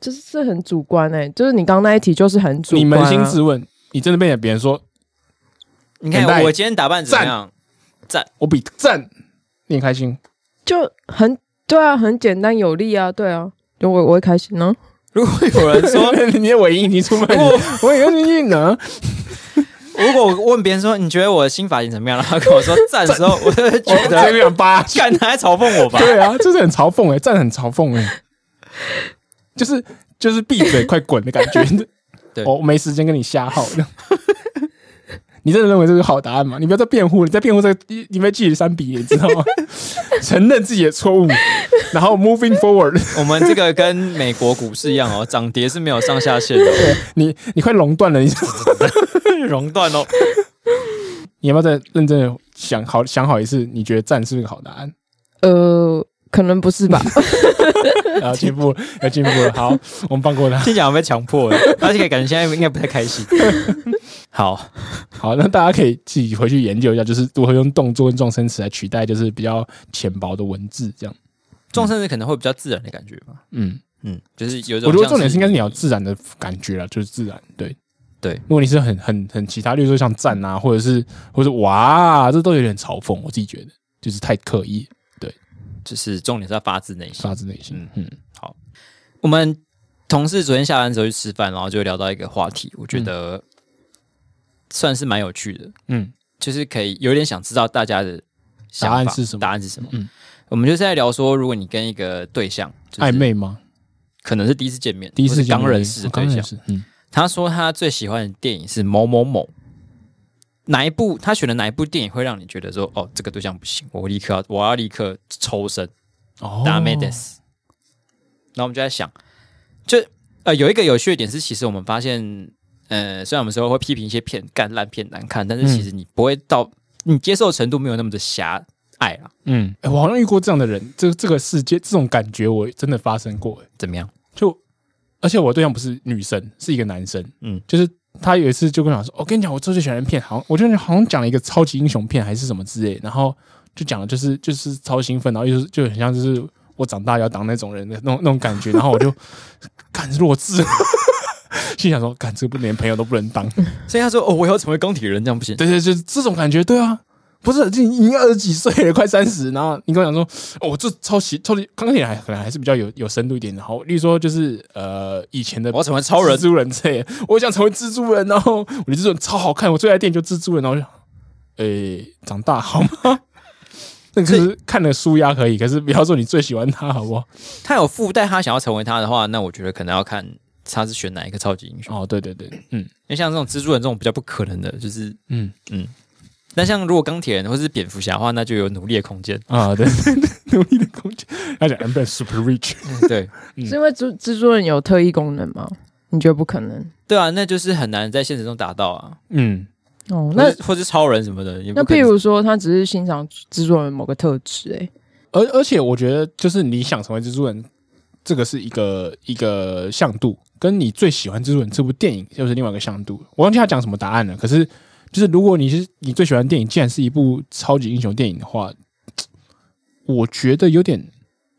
就是这很主观哎、就是你刚刚那一题就是很主
你
观、啊。
扪心自问，你真的被别人说
你
很耐
看我今天打扮怎么
赞
样？
我比赞你很开心，
就很对啊，很简单有力啊，对啊，就我我会开心呢、
如果有人说，
你的尾音已经出卖
如
你，
果
我也跟你呢，
如果我问别人说你觉得我的新发型怎么样，然后跟我说赞的时 候，我就会觉得
我这个想扒下去。
干他在嘲讽我吧？
对啊， 这是很嘲讽哎、欸，赞很嘲讽哎、欸，就是就是闭嘴快滚的感觉。 哦
对
我、没时间跟你瞎耗。这样 你真的认为这是好答案吗？你不要再辩护，你再辩护这个，你你被记三笔，你知道吗？ 承认自己的错误，然后 moving forward，
我们这个跟美国股市一样哦，涨跌是没有上下限 的，
你你快垄断了，你
熔断哦。
你要不要再认真的想好想好一次？你觉得赞是不是个好答案？
呃，可能不是吧？
然后进步了，要进步了。好，我们放过他。
听起来好像被强迫了，而且感觉现在应该不太开 心。好，
好，那大家可以自己回去研究一下，就是如何用动作跟撞声词来取代，就是比较浅薄的文字这样。
撞生日可能会比较自然的感觉吧。
嗯，
嗯，就是有一种
我觉得
像
重点是应该是你要自然的感觉了，就是自然。对
对
如果你是很很很其他，例如说像赞啊，或者是或者是哇，啊这都有点嘲讽，我自己觉得就是太刻意，
就是重点是要发自内心。
发自内心。嗯
我们同事昨天下班之后去吃饭，然后就聊到一个话题，我觉得算是蛮有趣的，
嗯
就是可以有点想知道大家的想法
答案是什么
答案是什么？
嗯
我们就是在聊说，如果你跟一个对象、就是
暧，昧吗？
可能是第一次见面，
第一
或
次
是刚认识的
哦刚
对
认
象，
识，嗯，
他说他最喜欢的电影是某某某。哪一部他选的哪一部电影会让你觉得说哦这个对象不行，我立刻要我要立刻抽身，
哦，
达梅德斯。然后我们就在想，就呃有一个有趣的点是，其实我们发现，呃，虽然我们说会批评一些片干烂片难看，但是其实你不会到、你接受程度没有那么的狭隘啊。
嗯，哎，我好像遇过这样的人，这这个世界这种感觉我真的发生过，哎
怎么样？
就而且我对象不是女生，是一个男生，
嗯
嗯，就是他有一次就跟我讲说，我、哦跟你讲，我最最喜欢的片，好像我就好像讲了一个超级英雄片还是什么之类，然后就讲的就是就是超兴奋，然后就是就很像就是我长大要当那种人的那种那种感觉，然后我就干弱智。 心想说：“干这个不连朋友都不能当，
所以他说哦，我以后成为钢铁人，这样不行。
对对，就是这种感觉，对啊，不是已经已经二十几岁了，快三十，然后你跟我讲说，哦，我这抄袭抄袭钢铁还可能还是比较有有深度一点的。好，例如说就是呃以前的
我要成为超人
蜘，蛛人这样，我想成为蜘蛛人，然后我 觉得这种超好看，我最爱电影就蜘蛛人，然后我就，诶、长大好吗？ 那个是看了舒压可以，可是不要说你最喜欢他，好不好？
他有附带他想要成为他的话，那我觉得可能要看他是选哪一个超级英雄。
哦，对对对，嗯
因为像这种蜘蛛人这种比较不可能的，就是
嗯
那像如果钢铁人或是蝙蝠侠的话，那就有努力的空间。
啊，对对对，努力的空间。他讲 I'm b a super rich，
对
嗯
是因为蜘蜘蛛人有特异功能吗？你觉得不可能？
对啊，那就是很难在现实中达到啊。
嗯
哦，
那
那
或是超人什么的，也
那
不可
譬
能
如说，他只是欣赏蜘蛛人某个特质、欸，
而而且我觉得，就是你想成为蜘蛛人，这个是一个一个向度，跟你最喜欢蜘蛛人这部电影又是另外一个向度。我忘记他讲什么答案了，可是就是如果你是你最喜欢的电影，既然是一部超级英雄电影的话，我觉得有点。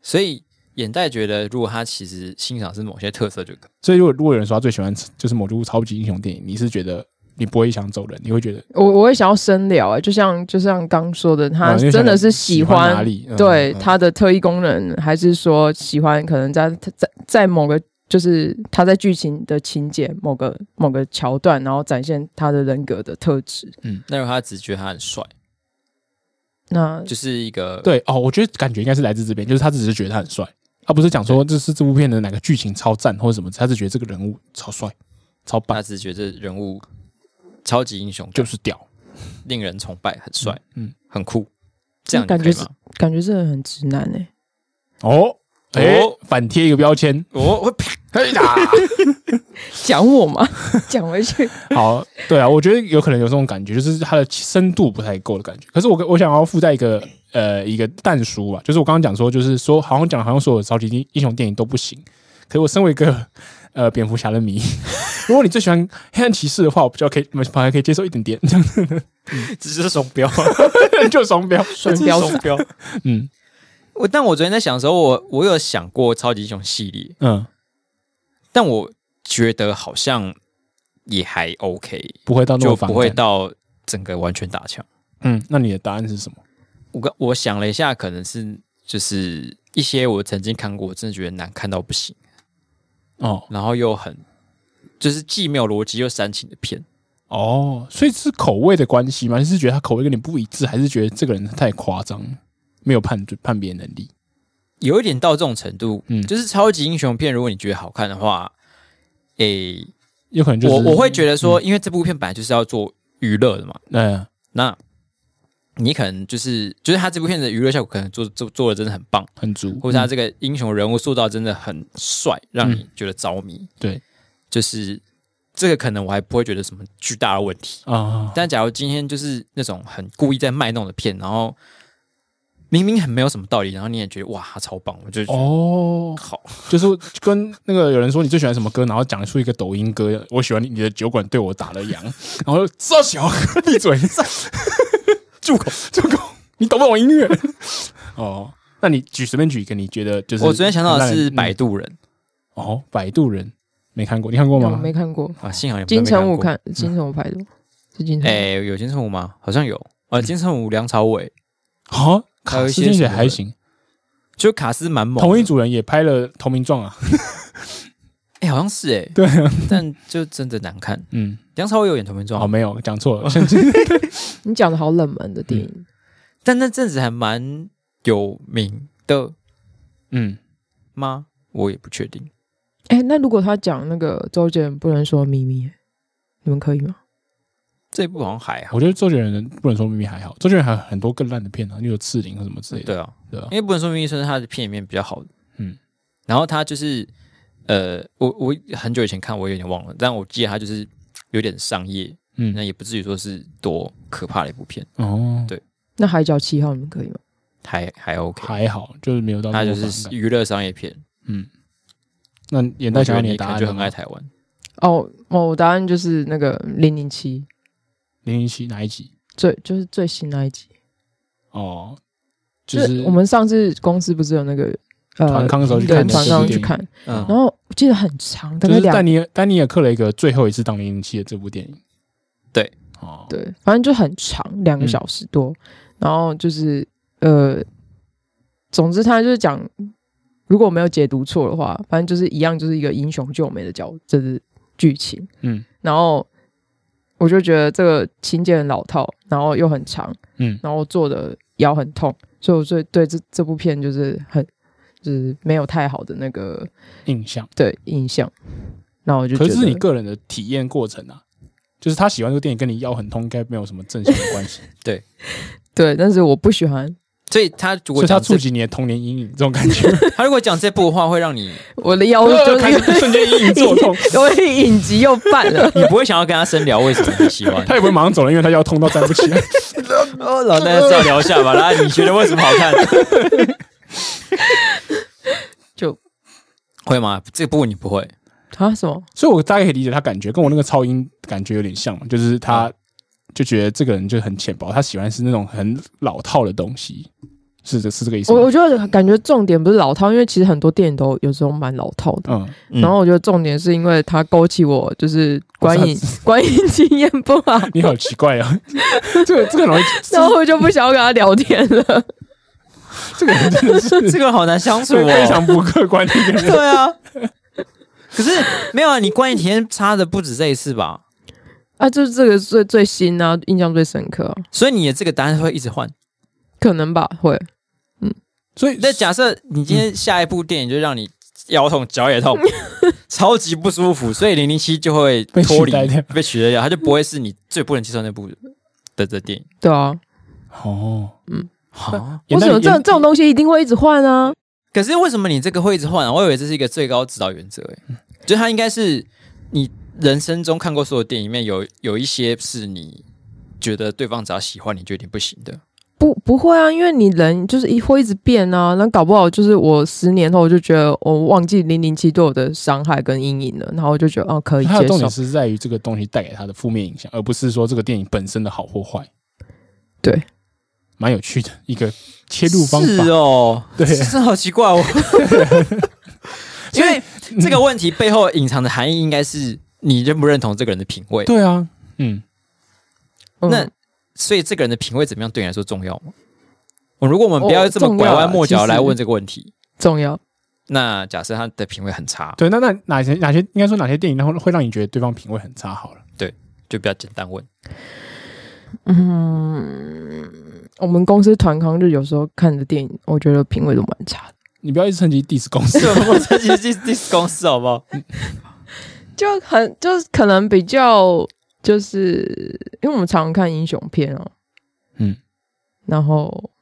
所以眼袋觉得，如果他其实欣赏是某些特色就可以。
所以如果如果有人说他最喜欢就是某部超级英雄电影，你是觉得你不会想走人，你会觉得
我我会想要深聊、欸，就像就像刚说的，
哇
他
哦你会
真的
想
是
喜
喜
欢
欢
哪里？嗯
对
嗯
他的特异功能，还是说喜欢可能在在在某个就是他在剧情的情节某个某个桥段，然后展现他的人格的特质。
那如果他只觉得他很帅，
那
就是一个
对哦，我觉得感觉应该是来自这边，就是他只是觉得他很帅，他不是讲说这是这部片的哪个剧情超赞或者什么，他是觉得这个人物超帅、超棒
他，只觉得人物超级英雄
就
就是
屌。
令人崇拜，很帅，
嗯
嗯，很酷，这样
那感觉
是
是感觉这个人很直男哎、
哦，哎、
哦
反贴一个标签，
我会 啪
嘿啦。
讲我 嘛，讲回去。
好，对啊，我觉得有可能有这种感觉，就是它的深度不太够的感觉。可是我跟我想要附带一个呃一个淡书吧，就是我刚刚讲说，就是说好像讲好像所有超级英英雄电影都不行，可是我身为一个 呃蝙蝠侠的迷， 如果你最喜欢黑暗骑士的话，我比较可以反而可以接受一点点， 这样
只是双标，
就双标，
双标
双标。
嗯
我但我昨天在想的时候，我我有想过超级英雄系列，
嗯，
但我觉得好像也还 OK，
不会到那么
就
反
不
感
会到整个完全打枪。
嗯。那你的答案是什么？
我刚我想了一下，可能是就是一些我曾经看过，我真的觉得难看到不行，
哦
然后又很就是既没有逻辑又煽情的片。
哦，所以是口味的关系吗？你是觉得他口味跟你不一致，还是觉得这个人太夸张，没有判判别能力？
有一点到这种程度，
嗯
就是超级英雄片，如果你觉得好看的话，诶、
有可能就是
我我会觉得说，因为这部片本来就是要做娱乐的嘛，
嗯
那你可能就是就是他这部片的娱乐效果可能做做做的真的很棒，
很足，
或者他
嗯
这个英雄人物塑造真的很帅，让你觉得着迷，
对
就是这个可能我还不会觉得什么巨大的问题。
啊
但假如今天就是那种很故意在卖弄的片，然后明明很没有什么道理，然后你也觉得哇他超棒，我就觉得
哦，
好，
就是跟那个有人说你最喜欢什么歌，然后讲出一个抖音歌，我喜欢你你的酒馆对我打了 烊，然后就知道小闭嘴， 住口住口，你懂不懂音乐？ 哦，那你举随便举一个，你觉得就是
我昨天想到的
让
是
人
摆渡人、
哦，摆渡人没看过，你看过
哦我
吗？
没看
嗯
过嗯
啊，幸好你们都
金
没
城武
过，
看金城武拍的，是金城武。
哎、有金城武吗？好像有。
嗯
啊，金城武、梁朝伟，
啊，
还
卡
有一些
斯汀也
什么
还
的
行，
就卡斯蛮猛的，
同一组人也拍了《投名状》啊，
哎、好像是哎、
对啊，
但就真的难看。
嗯，
梁朝伟有演《投名状
哦，》，没有讲错了，
你讲的好冷门的电影，
但那阵子还蛮有名的
嗯，
吗？我也不确定。
哎、那如果他讲那个周杰伦不能说秘密，你们可以吗？
这部好像还好，
我觉得周杰伦不能说秘密还好，周杰伦还有很多更烂的片啊，例如《赤零》和什么之类的，
对啊，
对啊
因，为不能说秘密算是他的片里面比较好的。
嗯
嗯，然后他就是呃，我我很久以前看，我有点忘了，但我记得他就是有点商业，那
嗯，
也不至于说是多可怕的一部片，
哦，
对
那海角七号你们可以吗？
还还 OK。
还好，就是没有到
他
那
就
么
是
反感。
娱乐商业片，
那
我
眼袋
觉
想
得
要你
你可
的答
能
案
就很爱
爱
台湾。
哦，哦我答案就是那个零零七，
零零七哪一集？
最就是最新那一集，
哦，
就
就是
我们上次公司不是有那个
团
呃，
康的时候去
对，
看
的
那
团
这部
部
康
电
去
影，
看，
嗯，
然后我记得很长，大
就
概
是
两
丹尼尔丹尼尔克雷格最后一次当零零七的这部电影，
对，
哦，
对，反正就很长，两个小时
嗯
多。然后就是呃，总之他就是讲，如果我没有解读错的话，反正就是一样，就是一个英雄救美的角，这是剧情。
嗯
然后我就觉得这个情节很老套，然后又很长，
嗯
然后做的腰很痛，所以我最对这这部片就是很就是没有太好的那个
印象。
对印象。然后我就觉
可
得
是是你个人的体验过程啊，就是他喜欢这个电影，跟你腰很痛，应该没有什么正向的关 系，
对，但是我不喜欢，
所以他如
所
果
以他
讲这
触及你的童年阴影，这种感觉，
他如果讲这部的话，会让你，
我的腰就 是
开始瞬间阴影作 痛。
我的影集又犯 了
你不会想要跟他深聊为什么你喜欢
他。也不会马上走了，因为他腰痛到站不起来。
哦，老大家再聊一下 吧。来，你觉得为什么好看？
就
会吗？这部你不会，
啊什么？
所以我大概可以理解他感觉，跟我那个超音感觉有点像嘛，就是
嗯
他就觉得这个人就很浅薄，他喜欢是那种很老套的东西，是这是这个意思
我我
吗？
觉得感觉重点不是老套，因为其实很多电影都有时候蛮老套的。
嗯，
嗯
然后我觉得重点是因为它勾起我就是观影
我
观影经验不 好，
你好奇怪啊，这个这个很容易，
然后我就不想要跟他聊天了。
这个人真的是
这个好难相处
这个非
哦。
常不客观的一个人。
对啊，可是没有啊，你观影体验差的不止这一次吧？
啊，就是这个最最新啊，印象最深刻啊、
所以你的这个答案会一直换。
可能吧，会
所以
那假设你今天下一部电影就让你腰痛、脚 也痛，超级不舒服，所以零零七就会
被
脱
取代
离
掉
被取代掉，它就不会是你最不能接受那部的的电影。
对啊。
哦，
好，
为
演到
什么这种
演
这种东西一定会一直换啊？
可是为什么你这个会一直换啊？我以为这是一个最高指导原则，哎，就它应该是你人生中看过所有电影里面有有一些是你觉得对方只要喜欢你就一定不行的。
不不会啊，因为你人就是一会一直变啊，那搞不好就是我十年后我就觉得我忘记零零七对我的伤害跟阴影了，然后我就觉得哦
呃
可以
他的
接
重
受
点，是在于这个东西带给他的负面影响，而不是说这个电影本身的好或坏。
对，
蛮有趣的一个切入方法。
是哦，
对
真好奇 怪哦。因为
嗯
这个问题背后隐藏的含义应该是你认不认同这个人的品味，
对啊，嗯，
嗯
那所以这个人的品味怎么样对你来说重要吗？我如果我们
哦
不要这么
重要
拐
啊
弯抹角
其实
来问这个问题，
重要。
那假设他的品味很差，
对。那那哪些哪些应该说哪些电影，然后会让你觉得对方品味很差？好了，
就比较简单问。
嗯
嗯我们公司团康日有时候看的电影，我觉得品味都蛮差的。
你不要一直趁机 diss 公司
这。我这其实是 dis 公司好不好？
就很就是可能比较就是因为我们常常看英雄片哦、
嗯，
然后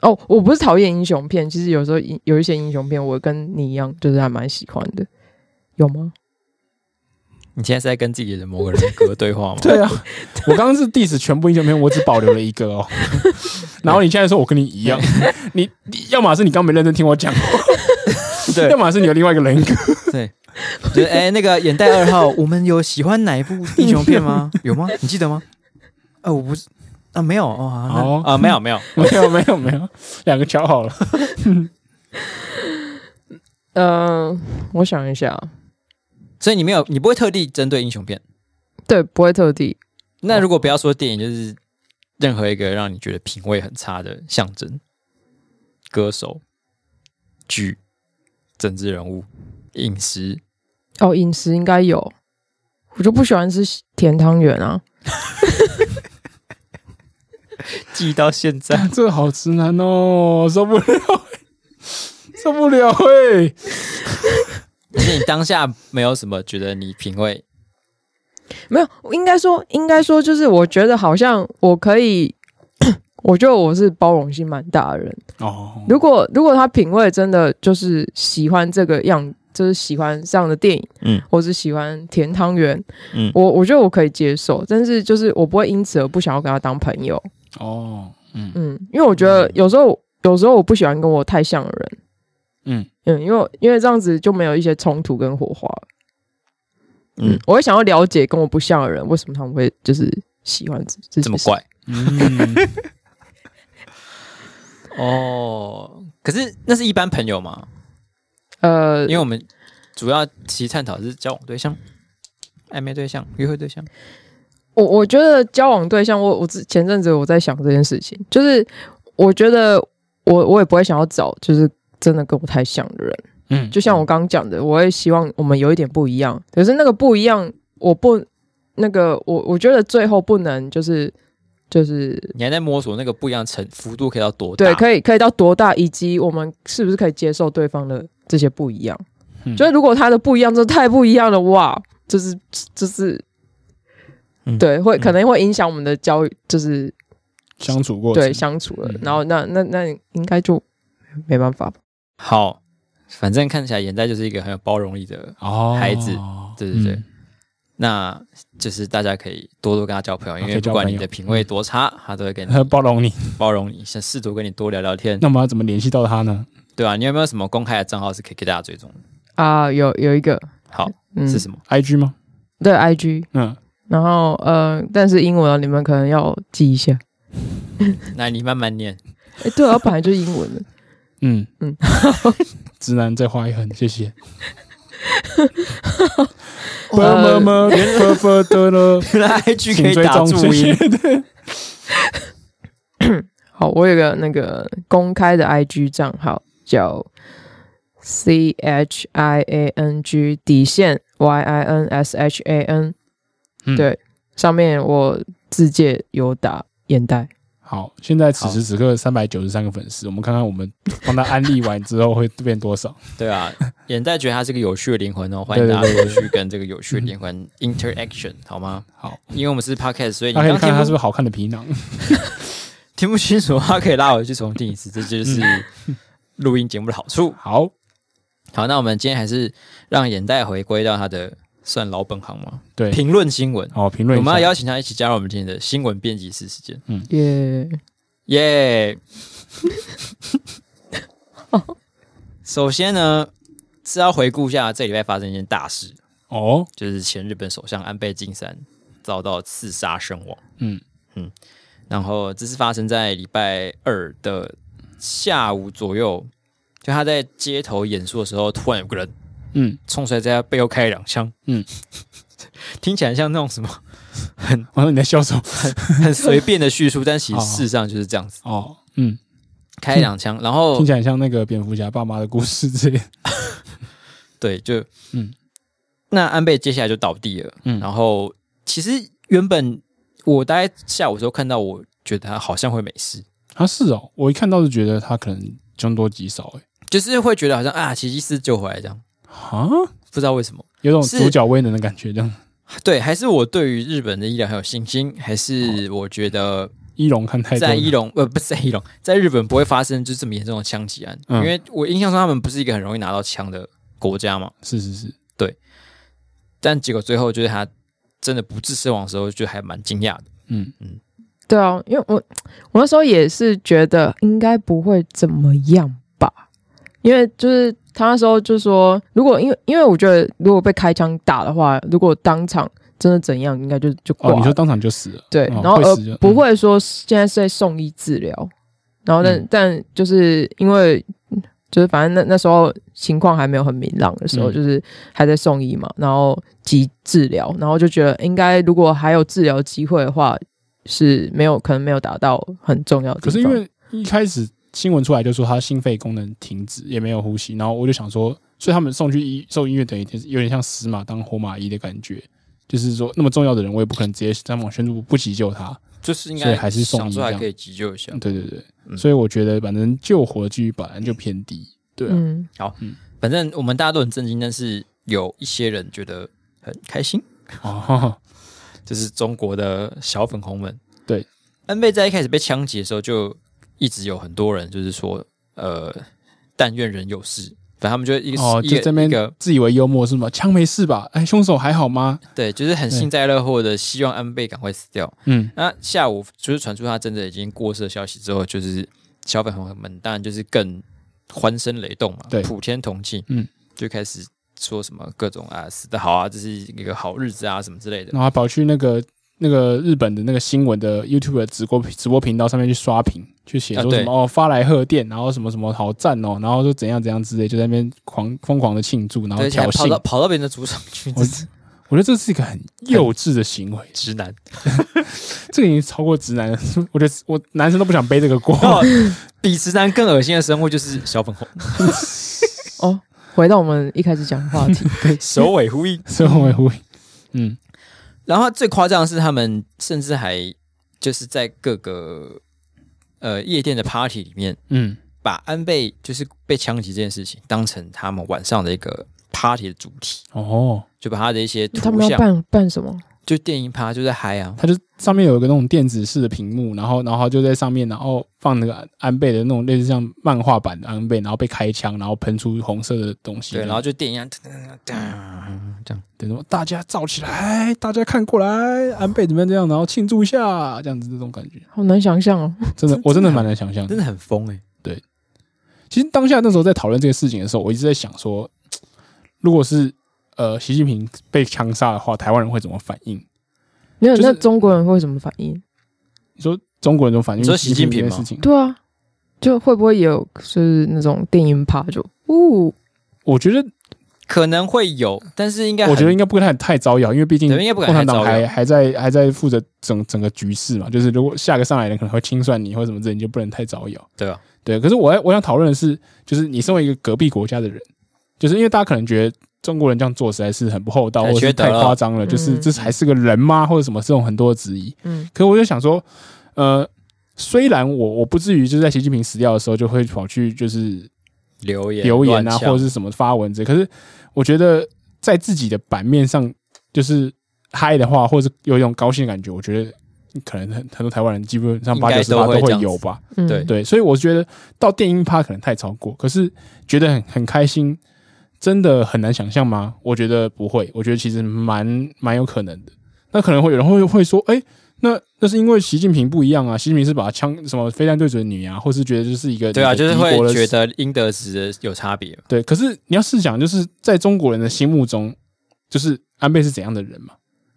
哦，我不是讨厌英雄片，其实有时候英有一些英雄片，我跟你一样，就是还蛮喜欢的，有吗？
你现在是在跟自己的某个人格对话吗？
对啊，我刚刚是 diss 全部英雄片，我只保留了一个 哦。然后你现在说我跟你一样，你你要么是你刚没认真听我讲话，要
对
么是你有另外一个人格。
对，就是哎、那个眼袋二号，我们有喜欢哪一部英雄片 吗？有吗？你记得吗？呃，我不是啊，没有哦，啊那
哦
啊，没有没有，
没有没有没有，两个瞧好了。
嗯、我想一下，
所以你没有，你不会特地针对英雄片。
对，不会特地
那如果不要说电影，就是任何一个让你觉得品味很差的象征，歌手、剧、政治人物、饮食，
哦，饮食应该有，我就不喜欢吃甜汤圆啊，
记到现 在。
这个好直男哦，受不了，受不了哎、
就是你当下没有什么觉得你品味
没有，应该说，应该说，就是我觉得好像我可以， 我觉得我是包容性蛮大的人。
哦，
如果如果他品味真的就是喜欢这个样，就是喜欢这样的电影，
嗯，
或是喜欢甜汤圆，
嗯
我我觉得我可以接受，但是就是我不会因此而不想要跟他当朋友，
哦，嗯
嗯，因为我觉得有时候有时候我不喜欢跟我太像的人，
嗯，
嗯，因为因为这样子就没有一些冲突跟火花。
嗯
嗯，我会想要了解跟我不像的人为什么他们会就是喜欢自 己
这么。怪
嗯，
哦。可是那是一般朋友嘛，
呃
因，为我们主要其实探讨的是交往对象、暧昧对象、约会对象。
我我觉得交往对象，我我之前阵子我在想这件事情，就是我觉得我我也不会想要找就是真的跟我太像的人，
嗯，
就像我刚刚讲的，我会希望我们有一点不一样，可是那个不一样，我不那个我我觉得最后不能就是就是
你还在摸索那个不一样的程幅度可以到多大？
对，可以可以到多大，以及我们是不是可以接受对方的这些不一样？
嗯
就是如果他的不一样，这太不一样了，哇，就是就是，
嗯
对，会
嗯
可能会影响我们的交，就是
相处过程
对相处了。
嗯
然后那那那应该就没办法吧？
好，反正看起来眼袋就是一个很有包容力的，
哦，
孩子对对对
嗯
那就是大家可以多多跟他交朋友，因
啊可
为
以交
不管
朋
你
友
的品味多差，他都会给你
他嗯包容你。
包容你，想试图跟你多聊聊天，
那我们要怎么联系到他呢？
对吧、啊？你有没有什么公开的账号是可以给大家追踪的？
啊，有有一个，
好，
嗯，
是什么？
IG 吗？
对 IG，
嗯，
然后呃，但是英文你们可能要记一下。
那你慢慢 念。
哎，对啊， 本来就是英文的。
嗯嗯
嗯，
直男再画一横，谢谢。么么
呃
么，啵啵 的了，
原来 IG 可
请
以
追
打
踪，
注
谢
音，
谢。
好，我有个那个公开的 IG 账号叫 C H I A N G 底线 Y I N S H A N，、
嗯
对，上面我自介有打眼袋，
好，现在此时此刻三百九十三个粉丝，我们看看我们帮他安利完之后会变 多少。
对啊，眼袋觉得他是个有趣的灵魂哦，欢迎
对
大
对
家多去跟这个有趣的灵魂 interaction 好吗？
好，
因为我们是 podcast，所以你
大家可以
刚
看看他
刚听
是不
不
是好看的皮囊。
听不清楚，他可以拉回去重听一次，这就是
嗯
录音节目的好处。
好，
好，那我们今天还是让眼袋回归到他的算老本行吗？
对，
评论新闻，
好哦评论
我
一
们要
下。
邀请他一起加入我们今天的新闻编辑室时间，
耶、
耶、首先呢，是要回顾一下这礼拜发生一件大事，
哦，
就是前日本首相安倍晋三遭到刺杀身亡。
嗯
嗯，然后这是发生在礼拜二的下午左右，就他在街头演说的时候，突然有个人
嗯，
冲出来，在他背后开了两枪。
嗯，
听起来像那种什么很
我哦说你在笑什么？
很随便的叙述，但其实事实上就是这样子，
哦，嗯，
开两枪，然后
听起来像那个蝙蝠侠爸妈的故事之类的。
对，就
嗯
嗯，那安倍接下来就倒地了。
嗯
嗯，然后其实原本我大概下午的时候看到，我觉得他好像会没事，
啊，是哦，我一看到就觉得他可能凶多吉少，哎，
就是会觉得好像啊，奇迹是救回来这样，
啊，
不知道为什么。
有种
是
主角威能的感觉，这样。
对，还是我对于日本的医疗很有信心，还是我觉得
一龙看哦太多
在
了，
伊隆呃不是在伊隆，在日本不会发生就这么严重的枪击案，
嗯
因为我印象中他们不是一个很容易拿到枪的国家嘛，
是是是，
但结果最后就是他真的不治身亡的时候，就还蛮惊讶的。
嗯，
对啊，因为我我那时候也是觉得应该不会怎么样吧，因为就是他那时候就说，如果因为因为我觉得如果被开枪打的话，如果当场真的怎样，应该就就挂
哦，
了。
你说当场就死了，
对，
哦
然后
会
呃
死就
不会说现在是在送医治疗，然后但、
嗯
但就是因为就是反正那那时候情况还没有很明朗的时候，
嗯
就是还在送医嘛，然后急治疗，然后就觉得应该如果还有治疗机会的话，是没有可能没有达到很重要的
可
地方。
是因为一开始新闻出来就说他心肺功能停止，也没有呼吸，然后我就想说，所以他们送去医送医院，等于就是有点像死马当活马医的感觉，就是说那么重要的人，我也不可能直接当场宣布不急救他。
就是应
所以
该
还是送
想
医
出
这
来
样
可以急救一下。
对对对，
嗯
所以我觉得反正救活的几率本来就偏低，对啊，
嗯，
反正我们大家都很震惊，但是有一些人觉得很开心，
哦，
就是中国的小粉红们。
对，
安倍在一开始被枪击的时候，就一直有很多人就是说，呃，但愿人有事。反正他们就一个、
哦，
一
就这
个一
边
个
自以为幽默是吗？枪没事吧？哎，凶手还好吗？
对，就是很
对
幸灾乐祸的，希望安倍赶快死掉。
嗯
那下午就是传出他真的已经过世的消息之后，就是小粉红们当然就是更欢声雷动嘛，
对
普天同庆，
嗯，
就开始说什么各种啊死的好啊，这是一个好日子啊什么之类的。
然后还跑去那个那个日本的那个新闻的 YouTube 的直播直播频道上面去刷屏，去写
啊
说什么、哦发来贺电，然后什么什么好赞哦，然后就怎样怎样之类，就在那边狂疯狂的庆祝，然后
对，而且还
挑
跑
衅
到。跑到别人的主场去，
我
这是
我觉得这是一个很幼稚的行为，
直男。
这个已经超过直男了。 我觉得我男生都不想背这个锅。
然后比直男更恶心的生物就是小粉红。
哦，回到我们一开始讲的话 题，
首尾呼应。
所以我也会，嗯，
然后最夸张的是，他们甚至还就是在各个呃夜店的 party 里面，
嗯，
把安倍就是被枪击这件事情当成他们晚上的一个 party 的主题，
哦，
就把他的一些
他
图
们要
像，
办办什么？
就电音趴就在嗨啊，
它就上面有一个那种电子式的屏幕，然后然后就在上面，然后放那个安倍的那种类似像漫画版的安倍，然后被开枪，然后喷出红色的东西，
对，然后就电音啊，噔噔噔噔这样，
对什么大家燥起来，大家看过来，安倍怎么样这样，然后庆祝一下，这样子这种感觉，
好难想象哦。
真的
真
我真的蛮难想象的
真。的很疯哎、
其实当下那时候在讨论这个事情的时候，我一直在想说，如果是呃习近平被枪杀的话，台湾人会怎么反应？
没有，
就是
那中国人会有什么反应？
你说中国人怎么反应？
你说习近平
这
吗
件事情，
对啊，就会不会也有就是那种电音趴就呜，
我觉得
可能会有，但是应该
我觉得
很
应该不会太太招摇，因为毕竟
对应该不
共
敢
产党
太招
还
摇
还在还在负责整整个局势嘛，就是如果下个上来的人可能会清算你或什么之类，你就不能太招摇。
对啊，
对，可是我要我想讨论的是，就是你身为一个隔壁国家的人，就是因为大家可能觉得中国人这样做实在是很不厚道，
太
或者
缺
是
德
太
了
夸张了，就是
嗯
这还是个人吗，或者什么这种很多的质疑。
嗯，
可我就想说，呃，虽然我我不至于就是在习近平死掉的时候就会跑去就是
留言
留言
乱
啊，或者
呛
是什么发文之类。可是我觉得在自己的版面上，就是嗨的话，或者是有一种高兴的感觉，我觉得可能很很多台湾人基本上
应
八
该
九十
都
八都
会这
会
样
有
子
吧。
嗯
对
对，所以我觉得到电音趴可能太超过，可是觉得很很开心，真的很难想象吗？我觉得不会，我觉得其实蛮蛮有可能的。那可能会有人会会说，哎、那那是因为习近平不一样啊，习近平是把枪什么飞弹对准你啊，或是觉得就是一个
对啊，
你
就
的
是
敌
会
国的
觉得应得值有差别嘛，
对，可是你要试想，就是在中国人的心目中，就是安倍是怎样的人嘛？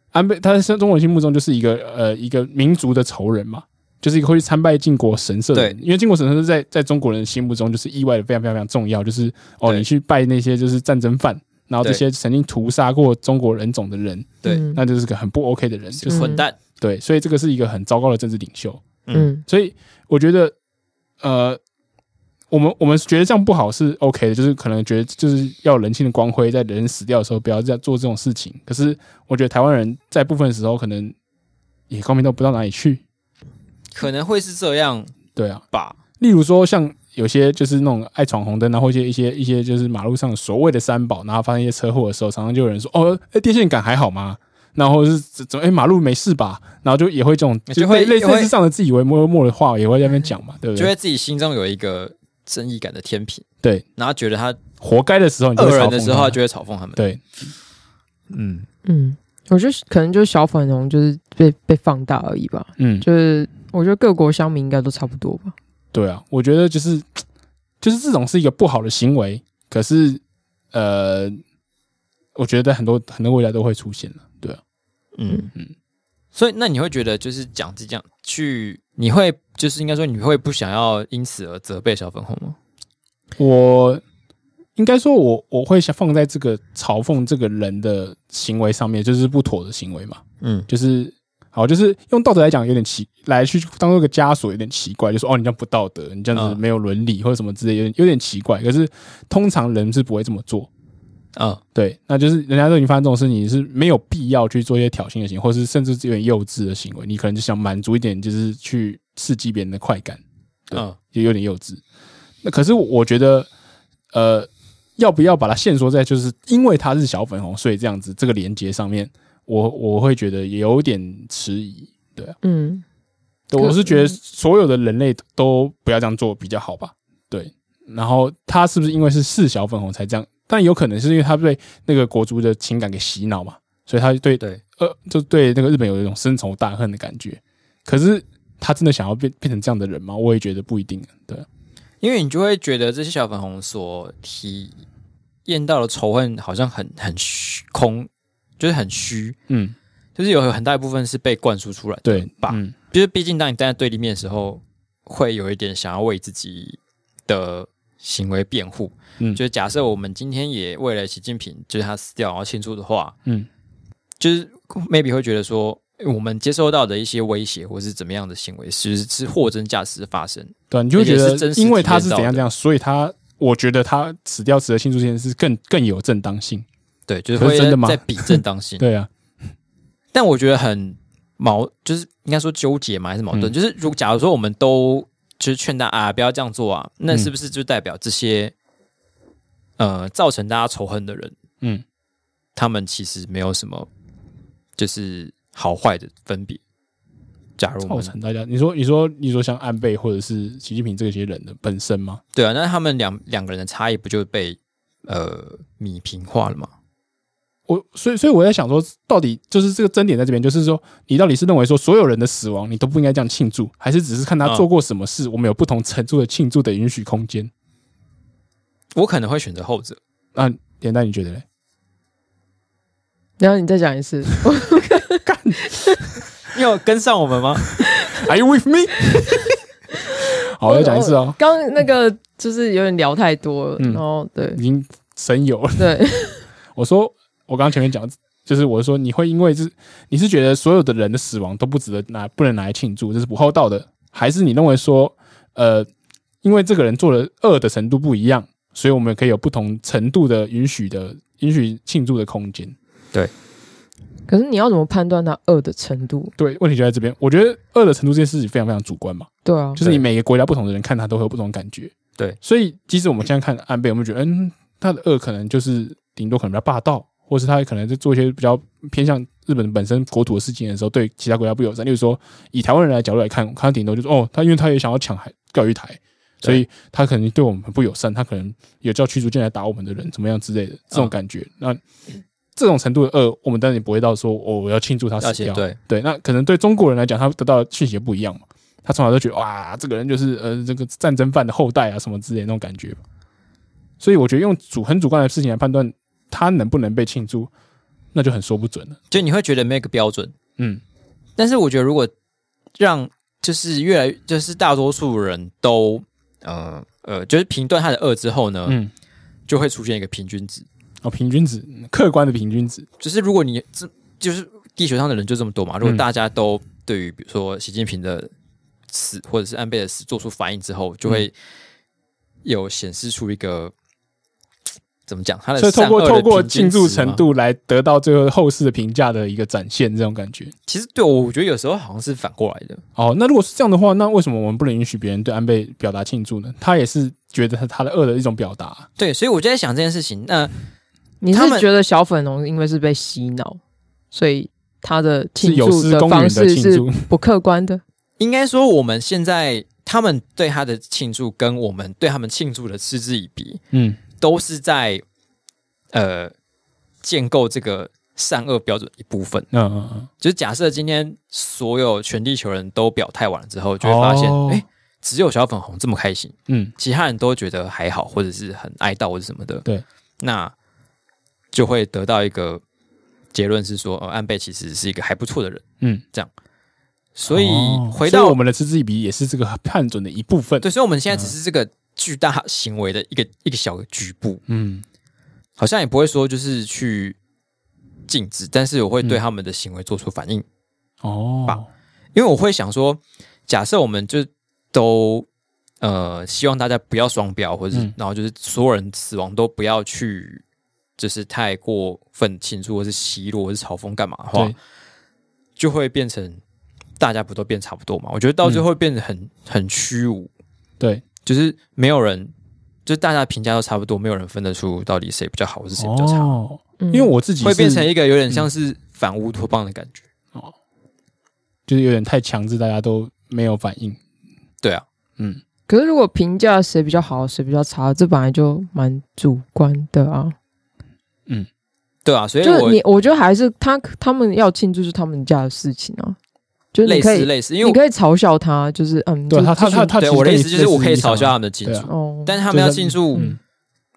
安倍他在中国人心目中就是一个呃一个民族的仇人嘛，就是一个会去参拜靖国神社的人。因为靖国神社是在在中国人的心目中就是意外的非常非常非常重要，就是哦
对
你去拜那些就是战争犯，然后这
对
些曾经屠杀过中国人种的人，
对
嗯
那就是个很不 OK 的人，就是
是混蛋，
对，所以这个是一个很糟糕的政治领袖。
嗯
所以我觉得，呃，我们我们觉得这样不好是 OK 的，就是可能觉得就是要人性的光辉，在人死掉的时候不要再做这种事情。可是我觉得台湾人在部分时候可能也高明到不到哪里去，
可能会是这样
对啊。
吧，
例如说像有些就是那种爱闯红灯啊，或一些一些一些就是马路上所谓的三宝，然后发生一些车祸的时候，常常就有人说哦，哎、电线杆还好吗？然后是怎怎么哎、马路没事吧？然后就也会这种
就会
类类
也会
似上的自以为默默的话，也会在那边讲嘛，对不
就
对？
会自己心中有一个正义感的天平，
对，
然后觉得他
活该的时候你就会
恶人
嘲讽
的时
他
候，就会嘲讽他们。
对
嗯，
嗯，我觉得可能就是小粉红就是被被放大而已吧，
嗯
就是我觉得各国乡民应该都差不多吧，
对啊，我觉得就是就是这种是一个不好的行为，可是呃，我觉得在很多很多国家都会出现了，对啊，
嗯嗯。所以，那你会觉得就是讲这样去，你会就是应该说你会不想要因此而责备小粉红吗？
我应该说我我会想放在这个嘲讽这个人的行为上面，就是不妥的行为嘛，
嗯，
就是好，就是用道德来讲有点奇，来去当做个枷锁有点奇怪，就说哦你这样不道德，你这样子
嗯
没有伦理或者什么之类，有点有点奇怪，可是通常人是不会这么做。
啊，
对，那就是人家都已经发生这种事情，你是没有必要去做一些挑衅的行为，或是甚至是有点幼稚的行为。你可能就想满足一点，就是去刺激别人的快感，对
嗯，
也有点幼稚。那可是我觉得，呃，要不要把它限缩在就是因为他是小粉红，所以这样子这个连接上面，我我会觉得有点迟疑。对啊，
嗯
对
可
我是觉
嗯
得所有的人类都不要这样做比较好吧。对，然后他是不是因为是是小粉红才这样？但有可能是因为他被那个国足的情感给洗脑嘛，所以他对
对，
呃，就对那个日本有一种深仇大恨的感觉。可是他真的想要变变成这样的人吗？我也觉得不一定。对啊，
因为你就会觉得这些小粉红所体验到的仇恨好像很很虚空，就是很虚，
嗯，
就是有很大一部分是被灌输出来的
对，
吧？
嗯，
就是毕竟当你站在对立面的时候，会有一点想要为自己的行为辩护。
嗯
就是假设我们今天也为了习近平，就是他死掉然后庆祝的话，
嗯，
就是 maybe 会觉得说，嗯我们接收到的一些威胁或是怎么样的行为，是是货真价实的发生。
对啊、你就会
而且
觉
是
得
真，实
因为
体
他
验
是
到
怎样
的
怎样，所以他我觉得他死掉死的庆祝这件事更更有正当性。
对，就是
可是
会
真的吗
在比正当 性。
对啊，
但我觉得很矛，就是应该说纠结嘛，还是矛盾？
嗯
就是如假如说我们都就是劝大家啊，不要这样做啊，那是不是就代表这些、呃造成大家仇恨的人，
嗯，
他们其实没有什么就是好坏的分别？假如我
造
们
成大家，你说你说你说像安倍或者是习近平这些人的本身吗？
对啊，那他们两两个人的差异不就被呃米平化了吗？
我所以所以我在想说，到底就是这个争点在这边，就是说你到底是认为说所有人的死亡你都不应该这样庆祝，还是只是看他
嗯
做过什么事，我们有不同程度的庆祝的允许空间？
我可能会选择后者，
那连带你觉得嘞？
然后你再讲一次，
你有跟上我们吗？
Are you with me？好，我再讲一次哦，
刚刚那个就是有点聊太多了，
嗯
然后对
已经神游了。
对，
我说，我刚刚前面讲，就是我说你会因为是你是觉得所有的人的死亡都不值得拿，不能拿来庆祝，这是不厚道的，还是你认为说，呃，因为这个人做的恶的程度不一样，所以我们可以有不同程度的允许的允许庆祝的空间？
可是你要怎么判断它恶的程度？
对，问题就在这边。我觉得恶的程度这件事情非常非常主观嘛，
对啊，
就是你每个国家不同的人看他都会有不同的感觉。
对
所以即使我们现在看安倍，我们觉得嗯，他的恶可能就是顶多可能比较霸道，或是他可能在做一些比较偏向日本本身国土的事情的时候，对其他国家不友善。例如说，以台湾人来角度来看，看他顶多就是哦，他因为他也想要抢海钓鱼台，所以他可能对我们很不友善，他可能有叫驱逐舰来打我们的人，怎么样之类的这种
嗯
感觉。那这种程度的恶，我们当然也不会到说哦， 我要庆祝他
而
死
且
掉，
对
对，那可能对中国人来讲，他得到的讯息也不一样嘛。他从小就觉得哇，这个人就是呃这个战争犯的后代啊，什么之类的那种感觉吧。所以我觉得用主很主观的事情来判断他能不能被庆祝，那就很说不准了。
就你会觉得没有一个标准，
嗯，
但是我觉得如果让就是越来就是大多数人都呃呃就是评断他的恶之后呢，
嗯
就会出现一个平均值，
哦，平均值，嗯客观的平均值，
就是如果你这就是地球上的人就这么多嘛，如果
嗯
大家都对于比如说习近平的死或者是安倍的死做出反应之后，就会有显示出一个。怎么讲？他的
所以透
善
过
恶的
透过
平均
庆祝
值吗
程度来得到最后后世的评价的一个展现，这种感觉。
其实对我，我觉得有时候好像是反过来的。
哦，那如果是这样的话，那为什么我们不能允许别人对安倍表达庆祝呢？他也是觉得他他的恶的一种表达啊、
对，所以我就在想这件事情。那
你
他们
是觉得小粉红因为是被洗脑，所以他的
是
庆
有
祝
失公
方
允的
式
庆
是
祝。
不客观的？
应该说，我们现在他们对他的庆祝，跟我们对他们庆祝的嗤之以鼻，
嗯，
都是在呃建构这个善恶标准的一部分。
嗯嗯嗯，
就是假设今天所有全地球人都表态完了之后，就会发现，哎、
哦
只有小粉红这么开心，
嗯，
其他人都觉得还好，或者是很哀悼或者什么的。
对，
那就会得到一个结论是说，呃，安倍其实是一个还不错的人。
嗯，
这样。所以
哦
回
所
到
以我们的嗤之以鼻也是这个判准的一部分。
对，所以我们
嗯
现在只是这个巨大行为的一个一个小的局部，
嗯，
好像也不会说就是去禁止，但是我会
嗯
对他们的行为做出反应，
哦，
因为我会想说，假设我们就都呃希望大家不要双标，或者是、
嗯
然后就是所有人死亡都不要去。就是太过分庆祝，或是奚落，或是嘲讽，干嘛的话
对，，
就会变成大家不都变差不多嘛？我觉得到
嗯
最后会变得很、很虚无，
对，
就是没有人，就是大家评价都差不多，没有人分得出到底谁比较好，或是谁比较差，
哦，
嗯
因为我自己
会变
是
成一个有点像是反乌托邦的感觉。
就是有点太强制，大家都没有反应。
对啊，
嗯，
可是如果评价谁比较好，谁比较差，这本来就蛮主观的啊。
对啊，所以
就是
我
你，我觉得还是他他们要庆祝是他们家的事情啊。就是你
类
可
似
以，
类似，因为
你
我
可以嘲笑他，就是嗯，
对
就
他他
这
他
群
对
他，其实
我的
跟
意
你
思就是我可以嘲笑他
类
们
似
的庆
对啊
祝，
哦，
但是他们要
就是
庆祝，
嗯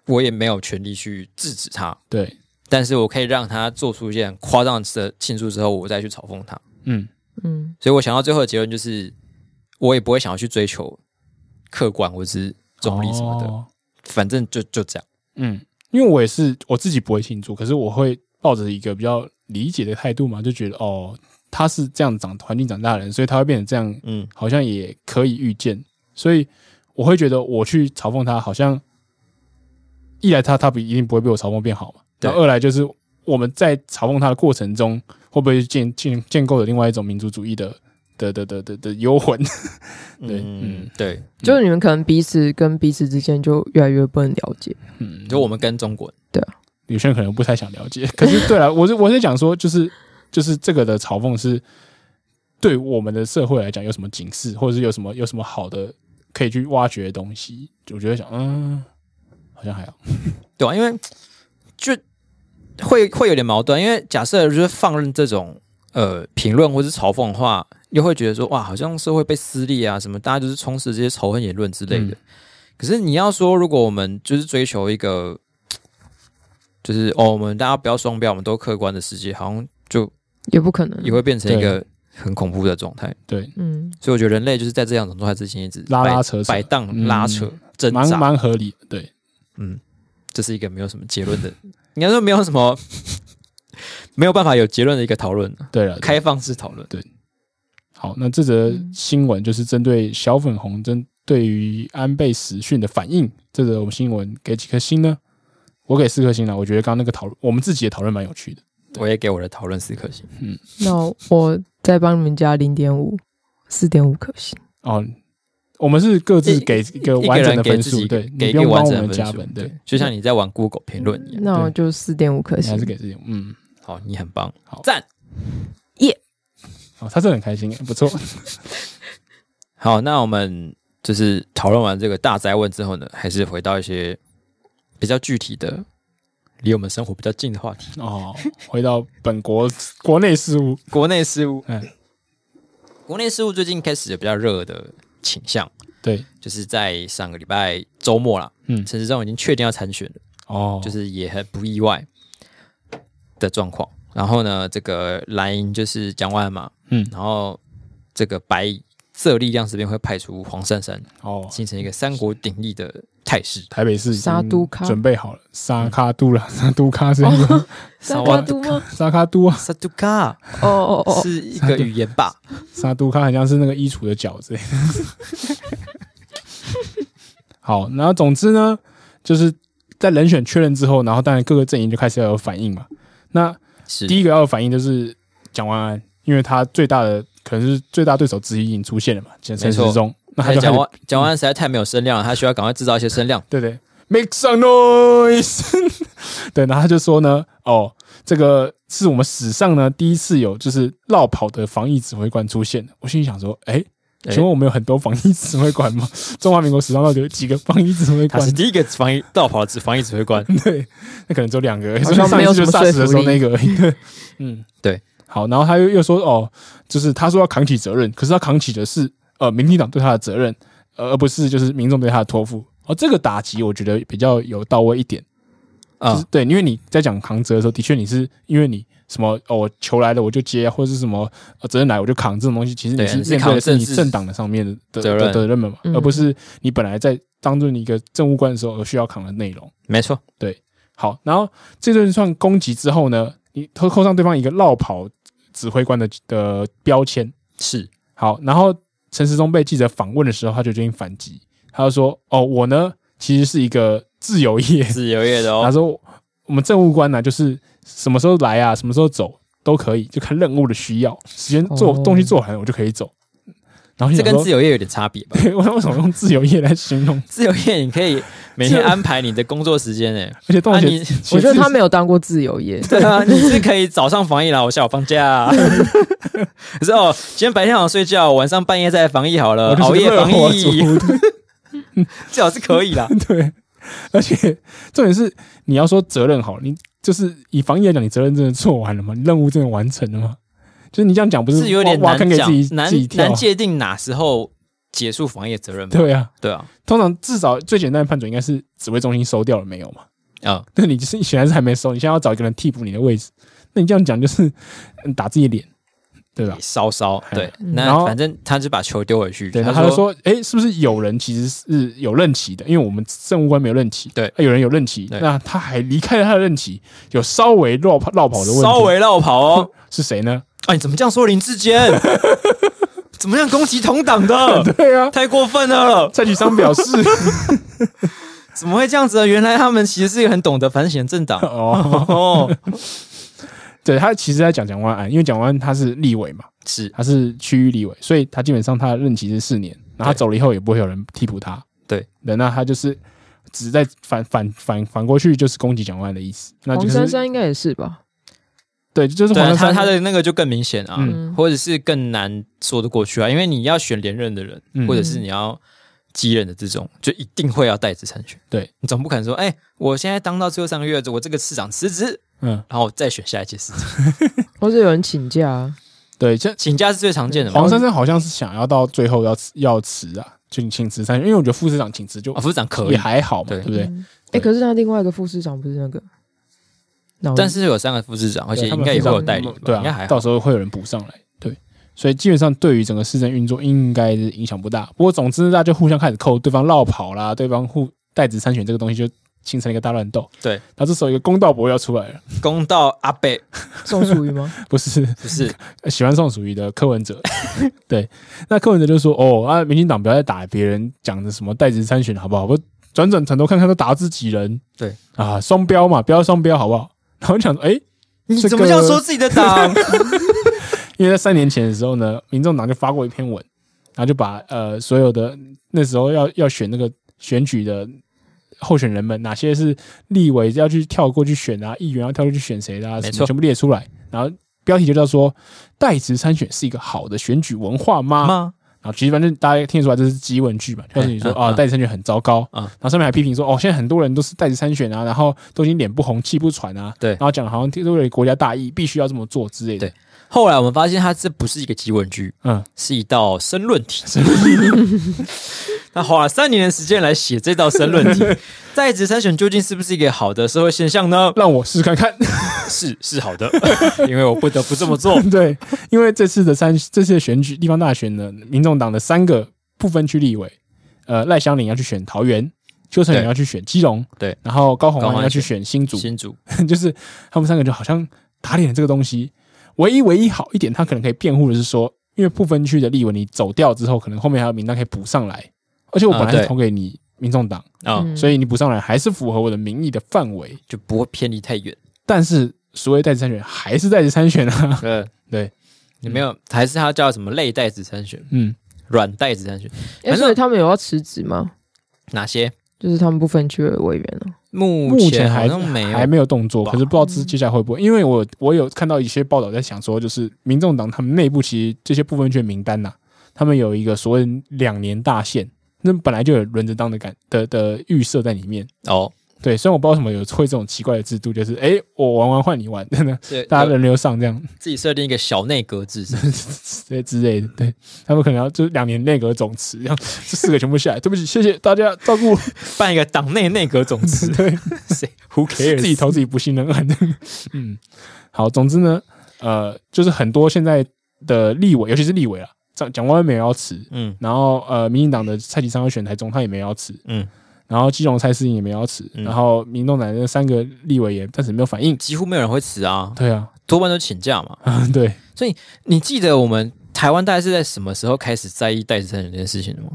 我也没有权利去制止他，
的立场，对，
但是我可以让他做出一件夸张的庆祝之后，我再去嘲讽他。
嗯，
嗯，
所以我想到最后的结论就是，我也不会想要去追求客观或是中立什么的，
哦
反正就就这样。
嗯，因为我也是我自己不会庆祝，可是我会抱着一个比较理解的态度嘛，就觉得哦，他是这样长环境长大的人，所以他会变成这样，
嗯，
好像也可以预见。所以我会觉得我去嘲讽他，好像一来他他不一定不会被我嘲讽变好嘛，
对
然后二来就是我们在嘲讽他的过程中，会不会建建建构了另外一种民族主义的的的的的的幽魂？对嗯
嗯，对，
就是你们可能彼此跟彼此之间就越来越不能了解。
嗯，
就我们跟中国人，
有些人可能不太想了解。可是对啊了，我是我是讲说，就是就是这个的嘲讽是对我们的社会来讲有什么警示，或者是有什么有什么好的可以去挖掘的东西，就我觉得想，嗯，好像还好，
对啊，因为就会会有点矛盾，因为假设就是放任这种呃评论或是嘲讽的话，又会觉得说哇，好像社会被撕裂啊，什么大家就是充斥这些仇恨言论之类的。
嗯
可是你要说，如果我们就是追求一个，就是哦，我们大家不要双标，我们都客观的世界，好像就
也不可能，啊
也会变成一
嗯
个很恐怖的状态。
对，
嗯，
所以我觉得人类就是在这样的状态之前一直
拉
摆
拉扯扯
摆荡、
嗯
拉扯、挣
蛮
扎。
蛮合理的，对，
嗯，这是一个没有什么结论的， 应该说没有什么 没有办法有结论的一个讨论，
对了，
开放式讨论。
好，那这则
嗯
新闻就是针对小粉红针对于安倍时讯的反应。这则我们新闻给几颗星呢？我给四颗星了。我觉得刚刚那个讨论，我们自己的讨论蛮有趣的。对
我也给我的讨论四颗星，
那我再帮你们加零点五，四点五颗星。
哦，我们是各自
一
给一个
一
完
个
整
人
的
给
分
自
数，
己
对，
给一
你不
个
用
完
帮我
整
们
的
加
数
分，对，，
就像你在玩 Google 评论一样。
那我就四点五颗
你还
星
是。给自己，嗯，
好，你很棒
好，
赞。
哦，他真的很开心，不错，
好，那我们就是讨论完这个大灾问之后呢，还是回到一些比较具体的、离我们生活比较近的话题，
哦，回到本国国内事务，
国内事务。
嗯，
国内事务最近开始有比较热的倾向，
对，
就是在上个礼拜周末啦，
嗯，
陈时中已经确定要参选了，
哦，
就，是也很不意外的状况。然后呢，这个蓝营就是蒋万安嘛，
嗯，
然后这个白色力量这边会派出黄珊珊，
哦，
形成一个三国鼎立的态势。
台北市已经
沙都咖嗯哦
准备好了，沙卡都了，沙都咖是一个
沙
大
瓦
都吗？
沙卡都啊，
萨杜卡
哦哦 哦，
是一个语言吧？
沙都咖好像是那个衣橱的角之类的。 好，然后总之呢，就是在人选确认之后，然后当然各个阵营就开始要有反应嘛。那
是
第一个要有反应就是蒋万安，因为他最大的可能是最大对手之一已经出现了嘛，陈陈
没错
时中，那他
哎
就开
蒋
始
万蒋万安实在太没有声量了，他需要赶快制造一些声量。
对对，make some noise，对，然后他就说呢，哦，这个是我们史上呢第一次有就是绕跑的防疫指挥官出现。我心里想说，哎。
哎
请问我们有很多防疫指挥官吗？中华民国史上到底有几个防疫指挥
他
官
是？第一个防疫到跑的指防疫指挥官，
对，那可能只有两个而已，
好
所
像
以上
没
一
有
次就
什么
SARS 的时候
说服
那
力
个而已。对嗯，
对。
好，然后他又又说哦，就是他说要扛起责任，可是他扛起的是呃民进党对他的责任，呃而不是就是民众对他的托付。哦，这个打击我觉得比较有到位一点， 就是
啊，
对，因为你在讲扛责的时候，的确你是因为你什么哦，我球来了我就接，或者是什么、呃、责任来我就扛这种东西，其实你
对
是
你是
面对
扛
的是你
政治
政党的上面的的
责
的
任
责任嘛，
嗯
而不是你本来在当做你一个政务官的时候而需要扛的内容。
没错，
好，然后这顿算攻击之后呢，你扣扣上对方一个绕跑指挥官的的标签。
是
好，然后陈时中被记者访问的时候，他就决定反击，他就说：“哦，我呢其实是一个自由业，
自由业的
他
哦，
说我们政务官呢、就是什么时候来啊，什么时候走都可以，就看任务的需要，时间做
哦
东西做完我就可以走。然后
这
就想
跟
说
自，由业有点差别吧？
对，我为什么用自由业来形容？
自由业你可以每天安排你的工作时间诶、
而且
啊
动
你
写，，
我觉得他没有当过自由业，
对啊，你是可以早上防疫啦，我下午放假、 啊。可是哦，今天白天好像睡觉，晚上半夜再来防疫好了，
我就
呃熬
是
夜
热
防
火
疫，
族，对
最好是可以啦。
对。而且重点是，你要说责任好，你就是以防疫来讲，你责任真的做完了吗？你任务真的完成了吗？就是你这样讲， 不
是有点
挖挖
难
坑给自
讲
己，
难
自己跳
难
啊？
界定哪时候结束防疫责任吧？
对啊，
对啊，
通常至少最简单的判准应该是指挥中心收掉了没有嘛？
啊、
那你就是显然是还没收，你现在要找一个人替补你的位置，那你这样讲就是嗯打自己脸，对吧？
稍稍对，
嗯
那
然后
反正他就把球丢回去，
对，
他
然后他就说，哎，是不是有人其实是有任期的？因为我们政务官没有任期，
对
啊有人有任期，
对
那他还离开了他的任期，有稍微绕跑绕跑哦的问题，
稍微绕跑 哦。
是 谁呢？
啊，你怎么这样说林志 坚？怎么样攻击同党的？
对啊，
太过分了！
蔡启昌 表示，
怎么会这样子呢？啊原来他们其实是一个很懂得反省的政 党
哦，
哦。
对他其实在讲蒋万安，因为蒋万安他是立委嘛，
是
他是区域立委，所以他基本上他的任期是四年，然后他走了以后也不会有人替补他。
对，
那那他就是只是在反反反反过去就是攻击蒋万安的意思， 那就
黄
是
珊珊应该也是吧？
对，就是
对啊
黄
他
珊珊
他的那个就更明显啊，
嗯
或者是更难说得过去啊，因为你要选连任的人，
嗯
或者是你要继任的这种，就一定会要带职参选。
对
你总不可能说，哎、我现在当到最后三个月，我这个市长辞职，
嗯
然后我再选下一届市长，
或者有人请假啊，
对，这
请假是最常见的嘛。
黄珊珊好像是想要到最后要辞要辞啊，就你请辞三，因为我觉得副市长请辞就
啊，副市长可以
也，还好嘛，
对
对不对？
嗯？
对
哎，可是他另外一个副市长不是那个，脑
但是有三个副市长，而且
对他们
应该也会有代理
副
吧，
市长对
应该还
啊，
好。
到时候会有人补上来，对，所以基本上对于整个市政运作应该是影响不大。不过总之大家就互相开始扣对方绕跑啦，对方互代职参选这个东西就形成了一个大乱斗。
对，
那这时候一个公道博要出来了，
公道阿贝
宋楚瑜吗？
不是
不 是
呃喜欢宋楚瑜的柯文哲， 对，那柯文哲就说：“哦啊，民进党不要再打别人讲的什么代职参选，好不好？我转转头看看都打自己人，
对
啊，双标嘛，不要双标，好不好？”然后我就想说：“哎、
你
这
怎么这样
个
说自己的 党？
因为在三年前的时候呢，民众党就发过一篇文，然后就把呃所有的那时候要要选那个选举的候选人们，哪些是立委要去跳过去选啊，议员要跳过去选谁的啊，
没
什
错
么全部列出来，然后标题就叫做“代职参选是一个好的选举文化吗？”
吗？
然后其实反正大家听得出来这是激文句嘛，告诉你说
嗯
啊，
嗯
代职参选很糟糕
嗯
然后上面还批评说哦，现在很多人都是代职参选啊，然后都已经脸不红气不喘啊，
对
然后讲得好像为了国家大义必须要这么做之类的
对，后来我们发现，它这不是一个激文剧，
嗯，
是一道申论题。 他花了三年的时间来写这道申论题，在职参选究竟是不是一个好的社会现象 呢？
让我试试看看。
是是好的，因为我不得不这么 做。
对，因为这次的三这次的选举地方大选呢，民众党的三个不分区立委，呃，赖香林要去选桃园，邱成远
对
要去选基隆，
对
然后高虹
高虹
安
安
要去选新竹，
新主
就是他们三个就好像打脸这个东西。唯一唯一好一点，他可能可以辩护的是说，因为不分区的立委你走掉之后，可能后面还有名单可以补上来，而且我
啊
本来是
对
投给你民众党，
啊，
嗯
所以你补上来还是符合我的民意的范围，
就不会偏离太远。
但是所谓代职参选还是代职参选啊，
对
对，
你呃没有，还是他叫什么类代职参选、
嗯。
软代职参选？
哎，所以他们有要辞职吗？
哪些？
就是他们不分区的委员哦了。
目
目前
前好
还
像没有
还。没有动作，
吧
可是不知道之接下来会不会，因为我我有看到一些报道在想说，就是民众党他们内部其实这些部分区的名单呐、他们有一个所谓两年大限，那本来就有轮着当的感的的预设在里面。
哦，
对，虽然我不知道为什么有会这种奇怪的制度，就是哎、诶我玩完换你玩，真的，
对，
大家
有
轮流上这样
自己设定一个小内阁制，
之之类的。对他们可能要就是两年内阁总辞，这样这四个全部下来。对不起，谢谢大家照顾我。。
办一个党内内阁总辞
对，
谁？Who cares？
自己投自己不信任 案。嗯，好，总之呢，呃，就是很多现在的立委，尤其是立委啊，蒋蒋万安没有要辞，
嗯
然后呃，民进党的蔡其昌要选台中，他也没有要辞，
嗯，
然后基隆蔡思颖也没有要辞，
嗯
然后民众党的三个立委也暂时没有反应。
几乎没有人会辞啊，
对啊，
多半都请假嘛。
对，
你记得我们台湾大概是在什么时候开始在意代职参选这件事情的吗？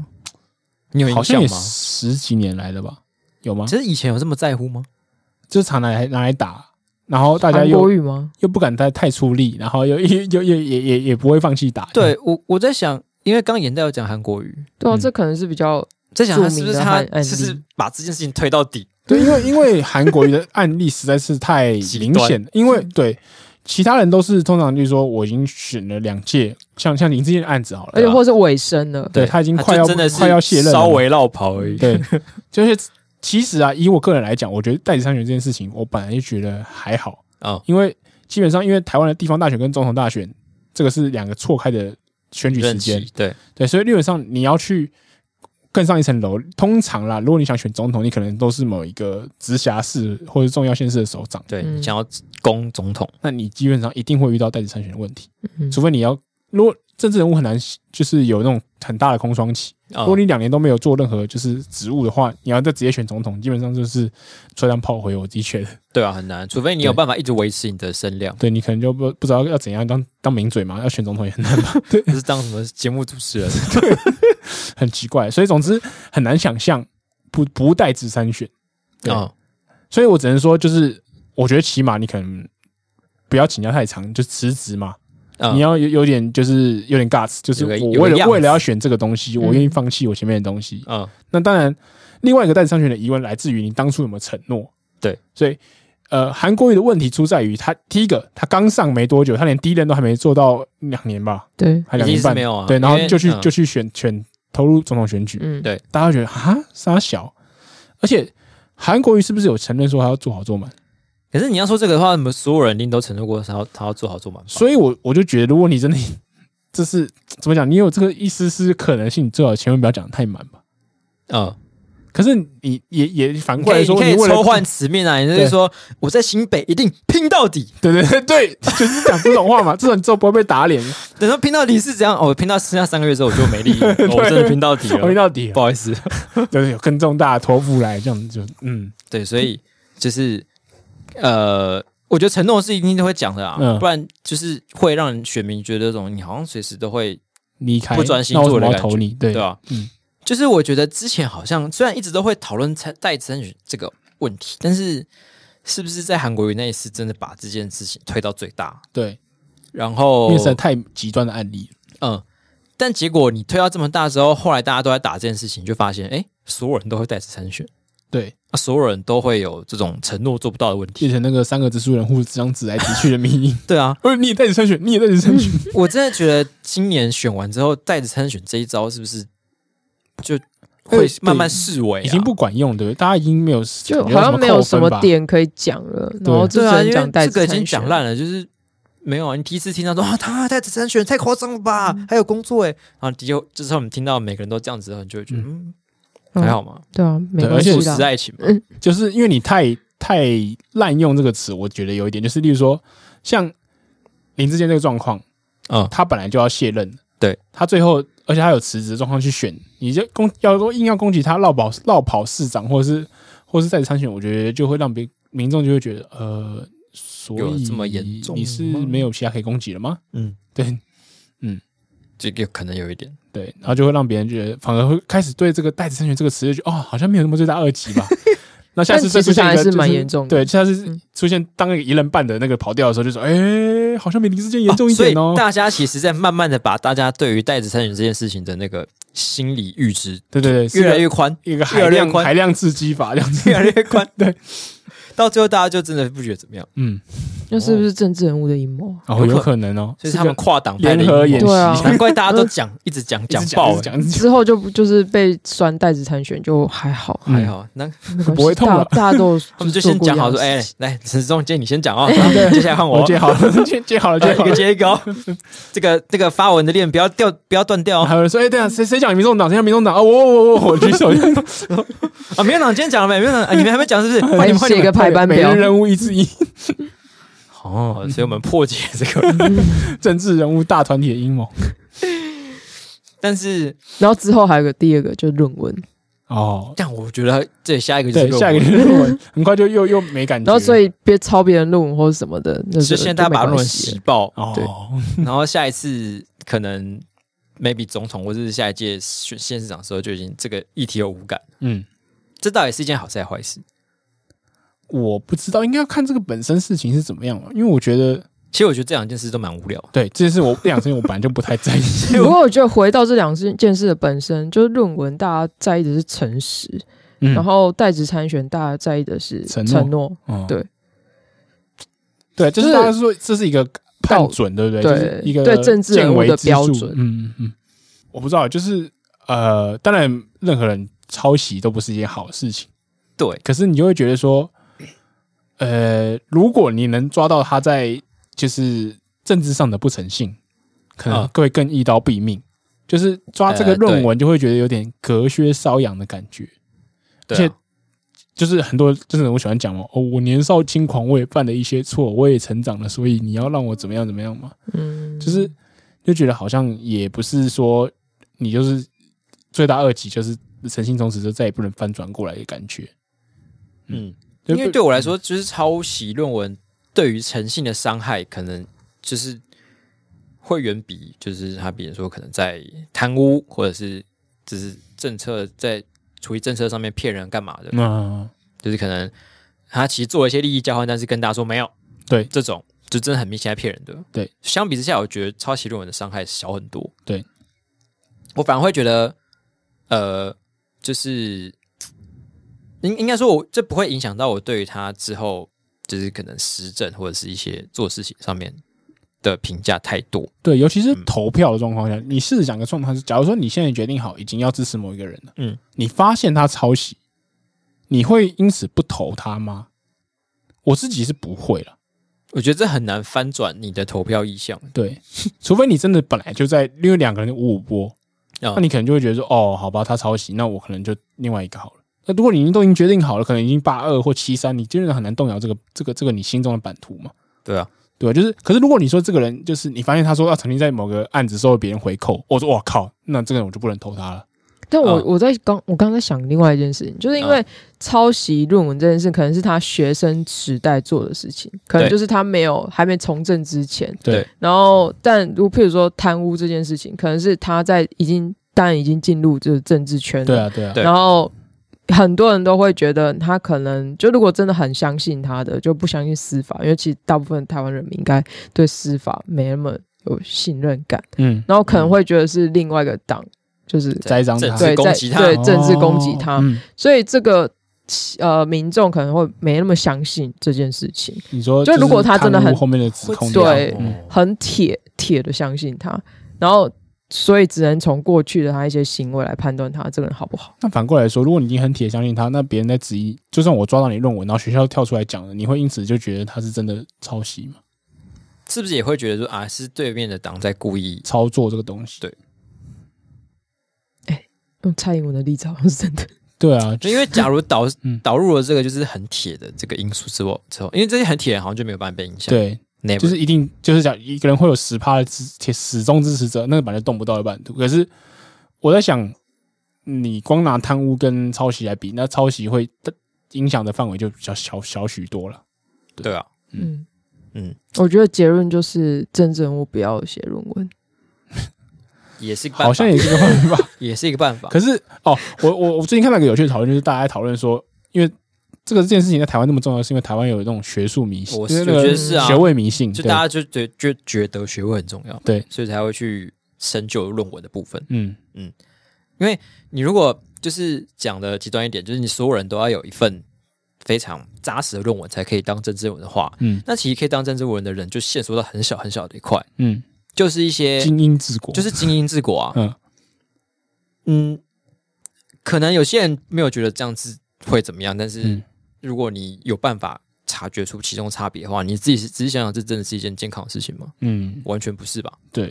你有
好
印
像
象
也
吗？
十几年来了吧？有吗？
其实以前有这么在乎吗？
就是常拿来拿来打，然后哦大家嗯
韩国
又
瑜吗？
又不敢太太出力，然后又又又又也也也不会放弃打。
对我，我在想，因为刚眼代有讲韩国语，
对啊，
嗯
这可能是比较
在想他是不是他
著名的案例
就是把这件事情推到底？
对，因为因为韩国瑜的案例实在是太
极
明
端
显了，因为对其他人都是通常就是说我已经选了两届，像像林志颖的案子好了，
而且或是尾声了。
对他已经快要
就真的是
快要卸任了
稍微绕跑而已。
对，就是其实啊，以我个人来讲，我觉得代理参选这件事情，我本来就觉得还好，
哦，
因为基本上因为台湾的地方大选跟总统大选这个是两个错开的选举时
任
间
期，对
对，所以基本上你要去更上一层楼，通常啦，如果你想选总统，你可能都是某一个直辖市或者重要县市的首长。
对，
嗯
你想要攻总统，
那你基本上一定会遇到代理参选的问题，
嗯
除非你要如果政治人物很难，就是有那种很大的空窗期。如果
哦，
你两年都没有做任何就是职务的话，你要再直接选总统，基本上就是吹弹炮灰。我自己觉得，
对啊，很难，除非你有办法一直维持你的声量，
对你可能就不不知道要怎样当当名嘴嘛，要选总统也很难，
就是当什么节目主持人。
很奇怪。所以总之很难想象不不代之参选。对
哦，
所以我只能说，就是我觉得起码你可能不要请假太长，就辞职嘛。
嗯
你要有有点就是有点 guts，就是
有个
我
有个
为了
样子
为了要选这个东西，我
嗯
愿意放弃我前面的东西。
嗯，
那当然，另外一个代理商权的疑问来自于你当初有没有承诺。
对，
所以呃，韩国瑜的问题出在于他第一个，他刚上没多久，他连第一任都还没做到两年吧，
对，
还
已经
两年
是
半
没有啊
对，然
因
后
为
就去
嗯
就去选选投入总统选举，
嗯，
对
大家觉得啊傻小，而且韩国瑜是不是有承认说他要做好做满？
可是你要说这个的话，我们所有人一定都承诺过他要他要做好做满吧，
所以我我就觉得，如果你真的 这是怎么讲，你有这个一丝丝可能性，你最好千万不要讲得太满吧。
嗯，
可是你也也反
你
过
可
来
以你
说，
可以
为了
抽换词面啊，你就是
对
说我在新北一定拼到底，
对对对对，就是讲这种话嘛，至少你之后不会被打脸，
等到拼到底是怎样？哦，我拼到剩下三个月之后我就没力了，哦我真的拼到底
回
了，
到底
不，好意思。
对对，哦有更重大的托付来，这样子就嗯，
对，所以就是呃，我觉得承诺是一定都会讲的啊，
嗯
不然就是会让人选民觉得这种你好像随时都会
离开，
不专心
那我
做
为什
的
么
感
要
觉
投你？对
对啊吧、
嗯
就是我觉得之前好像虽然一直都会讨论参代参选这个问题，但是是不是在韩国瑜那一次真的把这件事情推到最大？
对，
然后
因为实在太极端的案例了，
嗯，但结果你推到这么大之后，后来大家都在打这件事情，就发现哎，诶所有人都会代持参选。
对，
啊，所有人都会有这种承诺做不到的问题。
变成那个三个植树人互相指来指去的迷 因。
对啊，
不是你也带着参选，你也带着参选，
我真的觉得今年选完之后，带着参选这一招是不是就会慢慢视为、啊、
已经不管用，对不对？大家已经没有
就
感觉
好
到
像没有什
扣分
么
吧
点可以讲了，
对
然后就
对
只
啊？因
能
为
讲代
这个
词
已经讲烂了，就是没有啊。你第一次听到说啊，他带着参选太夸张了吧？
嗯
还有工作哎、然后第后这时候你听到每个人都这样子的时候，你就会觉得嗯还好
嗯
嘛，
对啊，没
对
关
而且
系
素
是
食
的，
爱情嘛。
嗯就是因为你太太滥用这个词，我觉得有一点，就是例如说像林志坚这个状况，
嗯
他本来就要卸任，
对
他最后，而且他有辞职的状况去选，你就攻要说硬要攻击他绕跑绕跑市长，或者是或是再次参选，我觉得就会让别民众就会觉得呃，所
有
以
这么严重吗
你是没有其他可以攻击了吗？
嗯，
对
这个可能有一点。
对，然后就会让别人觉得反而会开始对这个代子参选这个词就觉得哦，好像没有那么罪大恶极 吧。那下次再
但其
出
实
现
它
一
还
个、
是
就
蛮严重的
对，下次
嗯
出现当一个一人半的那个跑调的时候，就说，哎、好像比林志坚严重一
啊所以
点哦。
大家其实在慢慢的把大家对于带着参选这件事情的那个心理阈值
对对对，是啊
越来越宽，
一个
越
海
来越
量
宽
海量刺激法这样子。
越来越宽。
对，
到最后大家就真的不觉得怎么样，
嗯，
那是不是政治人物的阴谋啊？
哦，
有
有
可
可能哦，
所以他们
是
跨党
个
派的
联合
阴
演
谋
习，
对啊
难怪大家都讲，一直讲
一直
讲爆
一直
欸，
讲一直讲
之后就不就是被酸代子参选就还好，
嗯
还好，啊那
没关系
不会痛
大
了
大家都
他们就
做
先
过一
讲
样
好
的
说，哎
事，
来，陈志忠接你先讲啊，接下来换我
我接好了， 接接好了，接
呃一
好
个
了。
接一个哦，这个这个发文的链不要掉，不要断掉哦
还有人说，哎，对啊，谁谁讲民众党？谁讲民众党？啊，我我我我举手。
啊！民进党今天讲了没？民进党啊你们还没讲是不是？
情
欢迎
还写一个排 班
每
表
人，人物一至一，
哦，所以我们破解这个，
政治人物大团体的阴谋。
但是
然后之后还有个第二个就是论文，
哦，
但我觉得这下一个就是
对，
论文
下一个就是论文， 很快就又又没感觉。
然后所以别抄别人论文或者什么的，那
就现在大家把论文洗
写，
爆，
对
哦，
然后下一次可能 maybe 总统或者是下一届选县市长的时候，就已经这个议题有无感。
嗯，
这到底是一件好事还是坏事？
我不知道，应该要看这个本身事情是怎么样嘛，因为我觉得
其实我觉得这两件事都蛮无聊的。
对这件事我这两件事我本来就不太在意。
不过我觉得回到这两件件事的本身，就是论文大家在意的是诚实，
嗯
然后代职参选大家在意的是
承
承
诺
诺，
哦
对
对，就是
就是
大家说这是一个判准，对不对？
对
就是一个
对政治人物
见
的
微知著
标准
嗯嗯嗯，我不知道，就是呃，当然任何人抄袭都不是一件好事情，
对，
可是你就会觉得说，呃，如果你能抓到他在就是政治上的不诚信，可能
啊
会更一刀毙命。就是抓这个
呃对
论文，就会觉得有点隔靴搔痒的感觉。
对
而
啊、
且就是很多真的我喜欢讲嘛，哦，我年少轻狂，我也犯了一些错，我也成长了，所以你要让我怎么样怎么样嘛，
嗯，
就是就觉得好像也不是说你就是罪大恶极，就是诚信从此就再也不能翻转过来的感觉。
嗯，
就
因为
不
对我来说，就是抄袭论文对于诚信的伤害，可能就是会远比就是他，比如说可能在贪污或者是只是政策在处于政策上面骗人干嘛的，
嗯，
就是可能他其实做了一些利益交换，但是跟大家说没有，
对
这种就真的很明显在骗人的。
对，
相比之下，我觉得抄袭论文的伤害小很多。
对，
我反而会觉得，呃，就是应应该说我，这不会影响到我对于他之后就是可能施政或者是一些做事情上面的评价太多。
对，尤其是
嗯
投票的状况下，你试着讲个状况是：假如说你现在决定好已经要支持某一个人了，
嗯，
你发现他抄袭，你会因此不投他吗？我自己是不会了，
我觉得这很难翻转你的投票意向。
对，除非你真的本来就在，因为两个人五五波，
啊
那你可能就会觉得说，哦，好吧，他抄袭，那我可能就另外一个好了。那如果你已经都已经决定好了，可能已经八二或七三，你真的很难动摇这个这个这个你心中的版图嘛？
对啊，
对吧？就是，可是如果你说这个人就是你发现他说啊他曾经在某个案子受到别人回扣，我说我靠，那这个人我就不能投他了。
但我、
嗯
我在刚我刚才想另外一件事情，就是因
啊
为抄袭论文这件事，可能是他学生时代做的事情，可能
对
就是他没有还没从政之前。
对
然后，但如譬如说贪污这件事情，可能是他在已经当然已经进入就是政治圈了，
对啊，对啊，
对
然后很多人都会觉得他可能就如果真的很相信他的，就不相信司法，因为其实大部分台湾人民应该对司法没那么有信任感，
嗯，
然后可能会觉得是另外一个党，就是
栽赃他，
政治
对
攻
在
击他，
对政治攻击他
哦嗯
所以这个呃民众可能会没那么相信这件事情，
你说
就是如果他真的很
贪污后面的指控
会
这
这
样，
对
样
嗯
哦
很铁铁的相信他，然后所以只能从过去的他一些行为来判断他这个人好不好。
那反过来说，如果你已经很铁相信他，那别人在质疑，就算我抓到你论文，然后学校跳出来讲了，你会因此就觉得他是真的抄袭吗？
是不是也会觉得说啊，是对面的党在故意
操作这个东西？
对
用蔡英文的例子好像是真的，
对啊，
就因为假如导
嗯
导入了这个就是很铁的这个因素之后，之后，因为这些很铁的好像就没有办法被影响。
对，
对
就是一定就是讲一个人会有十趴的支铁始终支持者，那个本来就动不到的版图。可是我在想，你光拿贪污跟抄袭来比，那抄袭会的影响的范围就比较小小许多了。
对啊，
嗯
嗯，
我觉得结论就是政治人物不要写论文，
也是一个办法
好像也是个办法。
也是一个办法。
可是哦，我我我最近看到一个有趣的讨论，就是大家在讨论说，因为这个这件事情在台湾那么重要，是因为台湾有那种学术迷信，
我
就是是那
我觉
个
得是啊
学位迷信，
就
对
大家就觉就觉得学问很重要，
对，
所以才会去深究论文的部分。
嗯，
你如果就是讲的极端一点，就是你所有人都要有一份非常扎实的论文才可以当政治文的话，
嗯，
那其实可以当政治文的人就限缩到很小很小的一块，
嗯，
就是一些
精英治国
就是精英治国啊，
嗯
嗯，可能有些人没有觉得这样子会怎么样，但是
嗯
如果你有办法察觉出其中差别的话，你自己仔细想想，这真的是一件健康的事情吗？
嗯，
完全不是吧？
对，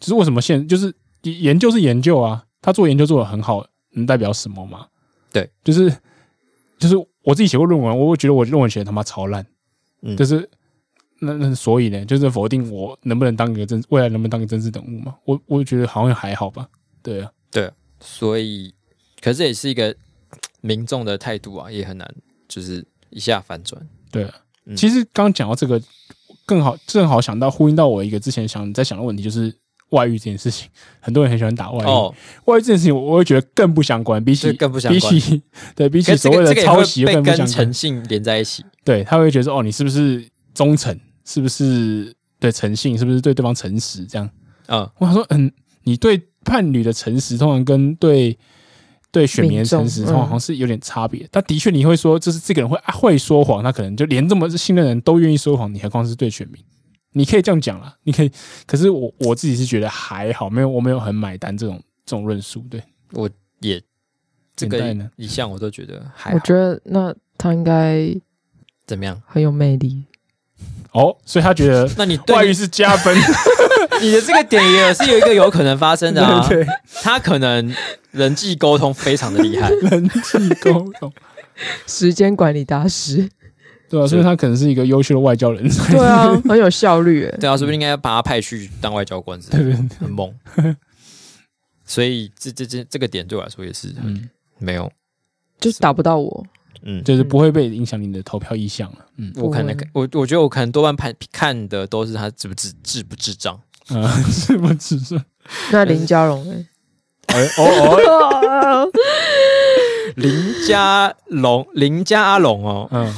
只是为什么现就是研究是研究啊，他做研究做的很好，能代表什么嘛？
对，
就是就是我自己写过论文，我会觉得我论文写的他妈超烂，
嗯
就是那那所以呢，就是否定我能不能当一个真未来能不能当一个真实人物嘛？我我觉得好像还好吧，对啊，
所以，可是这也是一个民众的态度啊，也很难就是一下反转。
对啊。
嗯
其实刚刚讲到这个，更好正好想到呼应到我一个之前想在想的问题，就是外遇这件事情，很多人很喜欢打外遇，
哦，
外遇这件事情，我我会觉得更不相关，比起
这更不相关
比起 对比
可
起
是这
所
个
谓的
这个也会
抄袭
被
更不
跟
相关
诚。信连在一起。
对，他会觉得说，哦，你是不是忠诚？是不是对诚信？是不是对对方诚实？这样，
嗯，
我想说，嗯，你对伴侣的诚实，通常跟对对选民的
民众
诚实，通常
嗯
好像是有点差别。但的确，你会说，就是这个人会、啊、会说谎，他可能就连这么信任的人都愿意说谎，你何况是对选民？你可以这样讲啦，你可以。可是我我自己是觉得还好，没有我没有很买单这种这种论述。对，
我也这
年代
个
呢
一向我都觉得还
我
好，
觉得那他应该
怎么样？
很有魅力。
哦，所以他觉得
那你
外
对
遇
于
是加分，，
你的这个点也是有一个有可能发生的啊
对
他可能人际 沟通非常的厉害。
对，人际沟通，
时间管理大师，
对啊，
是
所以他可能是一个优秀的外交人 才。
对啊， 很有效率哎。
对啊，是不是应该把他派去当外交官之类的？很猛。所以这这这这个点对我来说也是很
嗯，
没有，
就是打不到我。
嗯，
就是不会被影响你的投票意向了。嗯
我可能
不会
我我觉得我可能多半看看的都是他智不智智不智障，
啊，是不是？是
那林佳龙哎，
哎哦哦，
林家龙 林家阿龙哦，
嗯，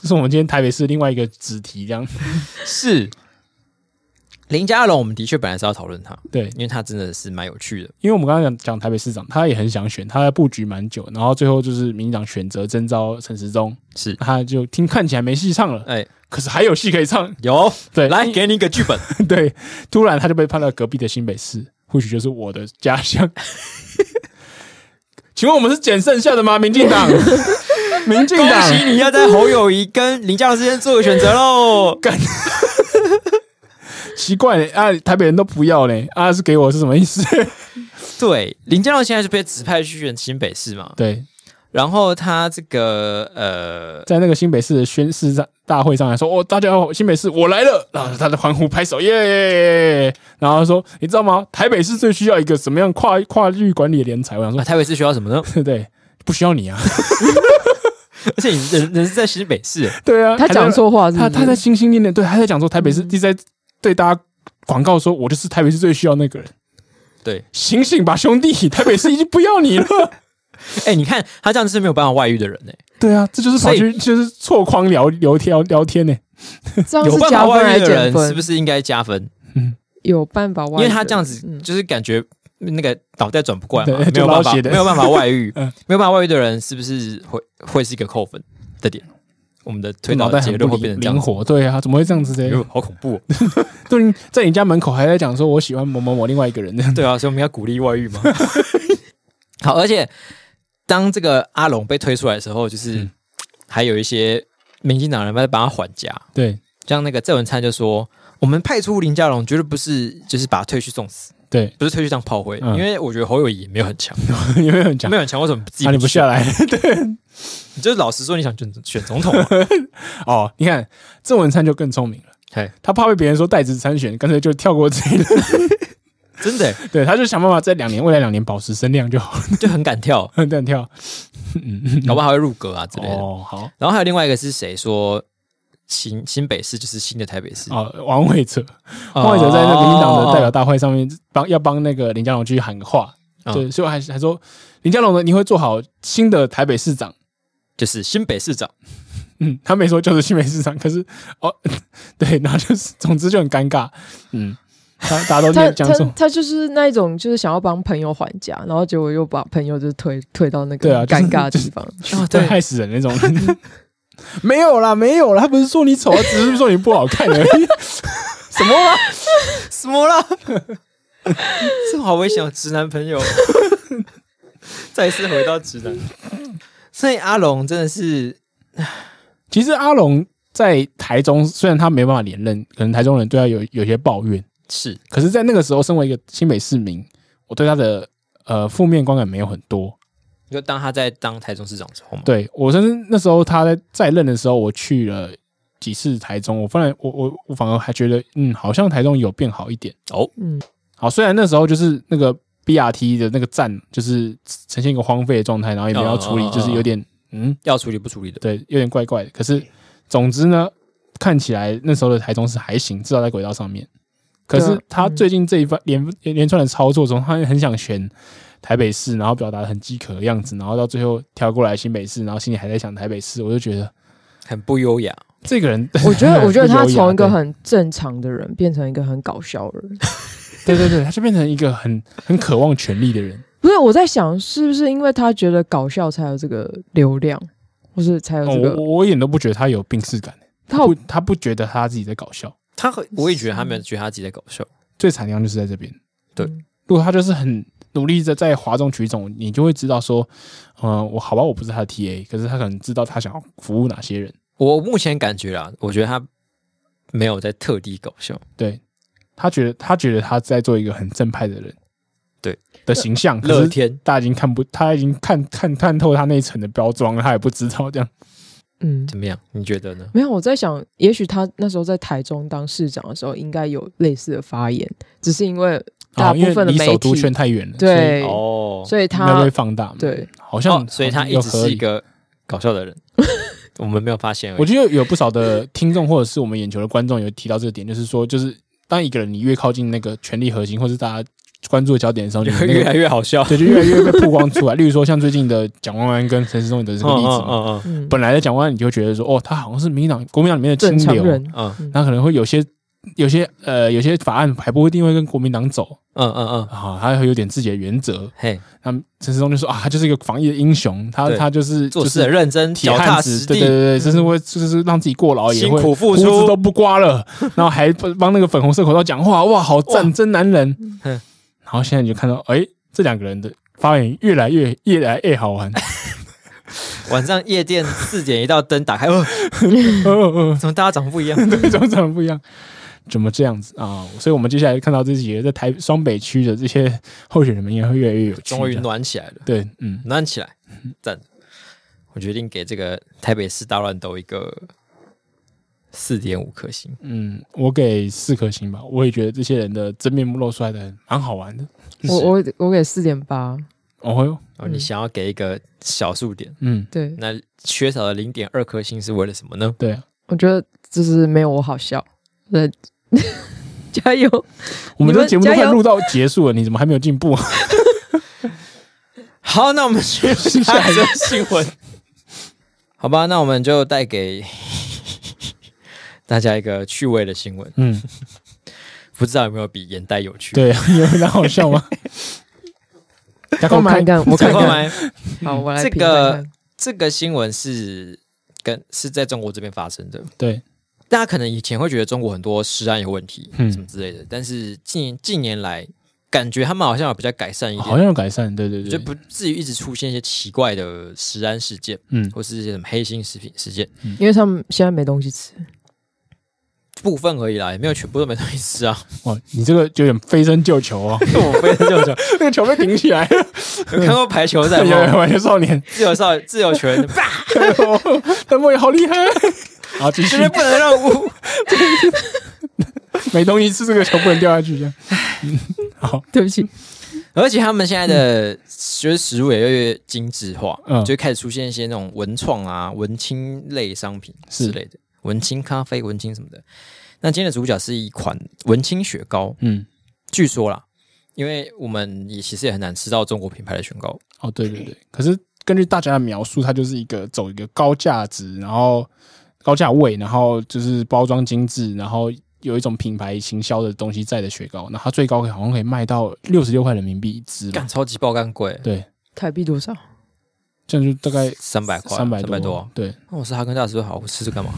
这是我们今天台北市另外一个子题，这样
是林家阿龙，我们的确本来是要讨论他，
对，
因为他真的是蛮有趣的，
因为我们刚刚讲讲台北市长，他也很想选，他布局蛮久，然后最后就是民进党选择征召陈时中，
是
他就听看起来没戏唱了，
哎、
可是还有戏可以唱，
有
对，
来给你一个剧本，
对，突然他就被判到隔壁的新北市，或许就是我的家乡。 请问我们是捡剩下的吗？民进 党，民进
恭
党，
喜哎你要在侯友谊跟林家龙之间做个选择喽，
奇怪、啊，台北人都不要嘞，啊，是给我是什么意思？
对，林家龙现在是被指派去选新北市嘛，
对，
然后他这个呃，
在那个新北市的宣誓上大会上来说，哦，大家好，新北市我来了，然后他在欢呼拍手，耶！然后他说，你知道吗？台北市最需要一个什么样跨跨域管理的人才？我想
啊
说，
台北市需要什么 呢？
对对，不需要你啊，
而且你人人是在新北市，
对啊，
他
还在
讲错话是不
他
是？
他在心心念念，对，他在讲说台北
嗯
市一直在对大家广告说，我就是台北市最需要那个人，
对，
醒醒吧，兄弟，台北市已经不要 你了。
哎、你看他这样是没有办法外遇的人欸呢、
对啊，这就是跑去就是错框聊聊天聊天呢、
这样
哦
有
是
办
加
法外
分还
遇的
减
人
分？
是不是应该加分？
有办法外
因
遇的人？
为他这样子
嗯
就是感觉那个脑袋转不过来嘛，
对
没有
就
办
捞
法
血的，
没有办法外遇
嗯
没有办法外遇的人是不是会会是一个扣分的点？我们的推导
脑
的
袋
结
很
论
不
会变
灵
成这样
灵
子，
活，对啊，怎么会这样子的
哎？呦好恐怖、哦！
对，在你家门口还在讲说我喜欢某某某另外一个人 这 样，
对啊，所以我们要鼓励外遇吗？ 好，而且当这个阿龙被推出来的时候，就是、
嗯
还有一些民进党人在帮他缓颊，
对
像那个郑文灿就说：“我们派出林佳龙，绝对不是就是把他推去送死，
对，
不是推去当炮灰，
嗯
因为我觉得侯友谊也没有很强，
有没有人讲？
没有很强，为什么自己
啊，你不
去
下来
你就是老实说，你想选选总统 嘛？
哦？你看郑文灿就更聪明了，
嘿，
他怕被别人说代职参选，干脆就跳过这一轮。
真的欸
对，他就想办法在两年未来两年保持声量就好了，
就很敢跳，
这样跳。
搞不好还会入阁啊之类的。
哦，好
然后还有另外一个是谁说新新北市就是新的台北市？
哦，王伟哲，王伟哲在那个民进党的代表
哦，
大会上面帮要帮那个林佳龙去喊个话，
嗯
对，所以我还还说林佳龙呢，你会做好新的台北市长。
就是新北市长。
嗯，他没说就是新北市长，可是哦， 对，然后就是，总之就很尴尬。嗯，大大家都
他
在讲
他
说，
他就是那一种，就是想要帮朋友还价，然后结果又把朋友就推推到那
对啊
个
就是
尴尬的地方。
哦，
对，害死人那种。没有啦，没有啦，他不是说你丑，他只是说你不好看而 已。什么啦？
什么啦？ 这好危险，哦，直男 朋友。再次回到直男，所以阿龙真的是
其实阿龙在台中，虽然他没办法连任，可能台中人对他有有些抱怨，
是
可是，在那个时候，身为一个新北市民，我对他的呃负面观感没有很多。
就当他在当台中市长之后嘛，
对我，甚至那时候他在在任的时候，我去了几次台中，我反而我我我反而还觉得，嗯，好像台中有变好一点。
哦，
嗯，
好，虽然那时候就是那个 BRT 的那个站，就是呈现一个荒废的状态，然后也没有要处理，
哦哦哦
就是有点嗯，
要处理不处理的，
对，有点怪怪的。可是总之呢，看起来那时候的台中市还行，至少在轨道上面。可
对
是
啊
他
嗯
最近这一番连连连串的操作中，他很想选台北市，然后表达得很饥渴的样子，然后到最后跳过来新北市，然后心里还在想台北市，我就觉得
很不优雅。
这个人，
我觉得我觉得他
不优雅
从一个
对
很正常的人变成一个很搞笑的人。
对对对，他就变成一个很很渴望权力的人。
不是我在想，是不是因为他觉得搞笑才有这个流量，或是才有
哦
这
我
个？
我我一点都不觉得他有病耻感，
他
他
有
不他不觉得他自己在搞笑。
他很，我也觉得他没有觉得他自己在搞笑，
最惨的地方就是在这边。
对
嗯
如果他就是很努力的在哗众取宠，你就会知道说，嗯、我好吧，我不是他的 TA，可是他可能知道他想要服务哪些人。
我目前感觉啦，我觉得他没有在特地搞笑，
对他觉得他觉得他在做一个很正派的人，
对
的形象，可
乐
是
天
大家已经看不，他已经看看看透他那一层的包装了，他也不知道这样。
嗯，
怎么样？你觉得呢？
没有，我在想，也许他那时候在台中当市长的时候，应该有类似的发言，只是因为大
啊，
部
因为
分的
离
媒
首都
体
圈太远了，
对，
哦，
所以
哎所以应该
他
会放大嘛。
对，
好像
哦，所以他一直是一，个搞笑 的人，我们没有发现而
我
已。
觉得有不少的听众或者是我们眼球的观众有提到这个点，就是说，就是当一个人你越靠近那个权力核心，或是大家关注的焦点的时候，你
就
那
越
个
来越好笑。
对就越来越被曝光出来。例如说，像最近的蒋万安跟陈时中 的这个例子嘛，
嗯
嗯，
本来的蒋万安你就会觉得说，哦，他好像是民进党、国民党里面的
正
清
常
流，
人，
嗯嗯
那可能会有些、有些呃、有些法案还不一定会跟国民党走
嗯嗯嗯，
啊，他会有点自己的原则。
嘿，
那陈时中就说啊，他就是一个防疫的英雄，他
对
他就是
做
就是
事很认真，
铁
脚踏
汉子，
实
对对
地，嗯
对，就是会就是让自己过劳，也
辛
会
苦付
胡子都
出。
不刮了，然后还帮帮那个粉红色口罩讲话，哇，好赞，真男人。
嗯
然后现在你就看到，哎，这两个人的发言越来越越来越好玩，
晚上夜店四点一道灯打开，哦，
呃呃
怎么大家长得不一样？
呃 对，怎么怎么不一样？怎么这样子啊？所以我们接下来看到这几个在台双北区的这些候选人们，应该会越来越有趣
终于
的。
暖起来了，
对，嗯，
暖起来，赞！我决定给这个台北市大乱斗一个四点五颗星。
嗯，我给四颗星吧。我也觉得这些人的真面目露出来的蛮好玩的。
我我我给四点八，
哦哟，
哦，你想要给一个小数点，
嗯，
对
那缺少的零点二颗星是为了什么呢？
对啊，
我觉得就是没有我好笑，对， 加油，
我们
你
这
们
节目都
加
快
油
录到结束了，你怎么还没有进步啊？
好，那我们去 下一则新闻。好吧，那我们就带给 大家一个趣味的新闻，
嗯，
不知道有没有比眼袋有趣？，
对，有很好笑 吗？赶快
我
买
看，看，我
赶
看
快
看，
来。
嗯
好，我来
这
评判
个
看
这个新闻是跟是在中国这边发生的。
对，
大家可能以前会觉得中国很多食安有问题，
嗯
什么之类的，但是近近年来感觉他们好像有比较改善一
好
点，
像有改善，对对
就
对，
不至于一直出现一些奇怪的食安事件，
嗯
或是一些什么黑心食品事件，
因为他们现在没东西吃，
部分而已啦，也没有全部都没东西吃啊。
哇，你这个就有点飞身救球 哦，
我非常就想，
那个球被顶起来了，
有看过排球赛
有有
吗？
玩的少年，
自由少自由 拳，啪
邓莫也好厉害， 好继
绝
续
对，不能让污。
每东西吃这个球不能掉下去，这样，嗯好，
对 不起，
而且他们现在的就是食物也越来越精致化，
嗯
就开始出现一些那种文创啊、文青类商品之类的，文青咖啡、文青什么的。那今天的主角是一款文青雪糕，
嗯，
据说啦，因为我们也其实也很难吃到中国品牌的雪糕，
哦，对对对，可是根据大家的描述，它就是一个走一个高价值，然后高价位，然后就是包装精致，然后有一种品牌行销的东西在的雪糕，那它最高好像可以卖到六十六块人民币一支吧，
干超级爆干贵，
对，
台币多少？
这样就大概
三百块，
三百
三百多。，
对，
那我是哈根达斯，好，我吃这干嘛？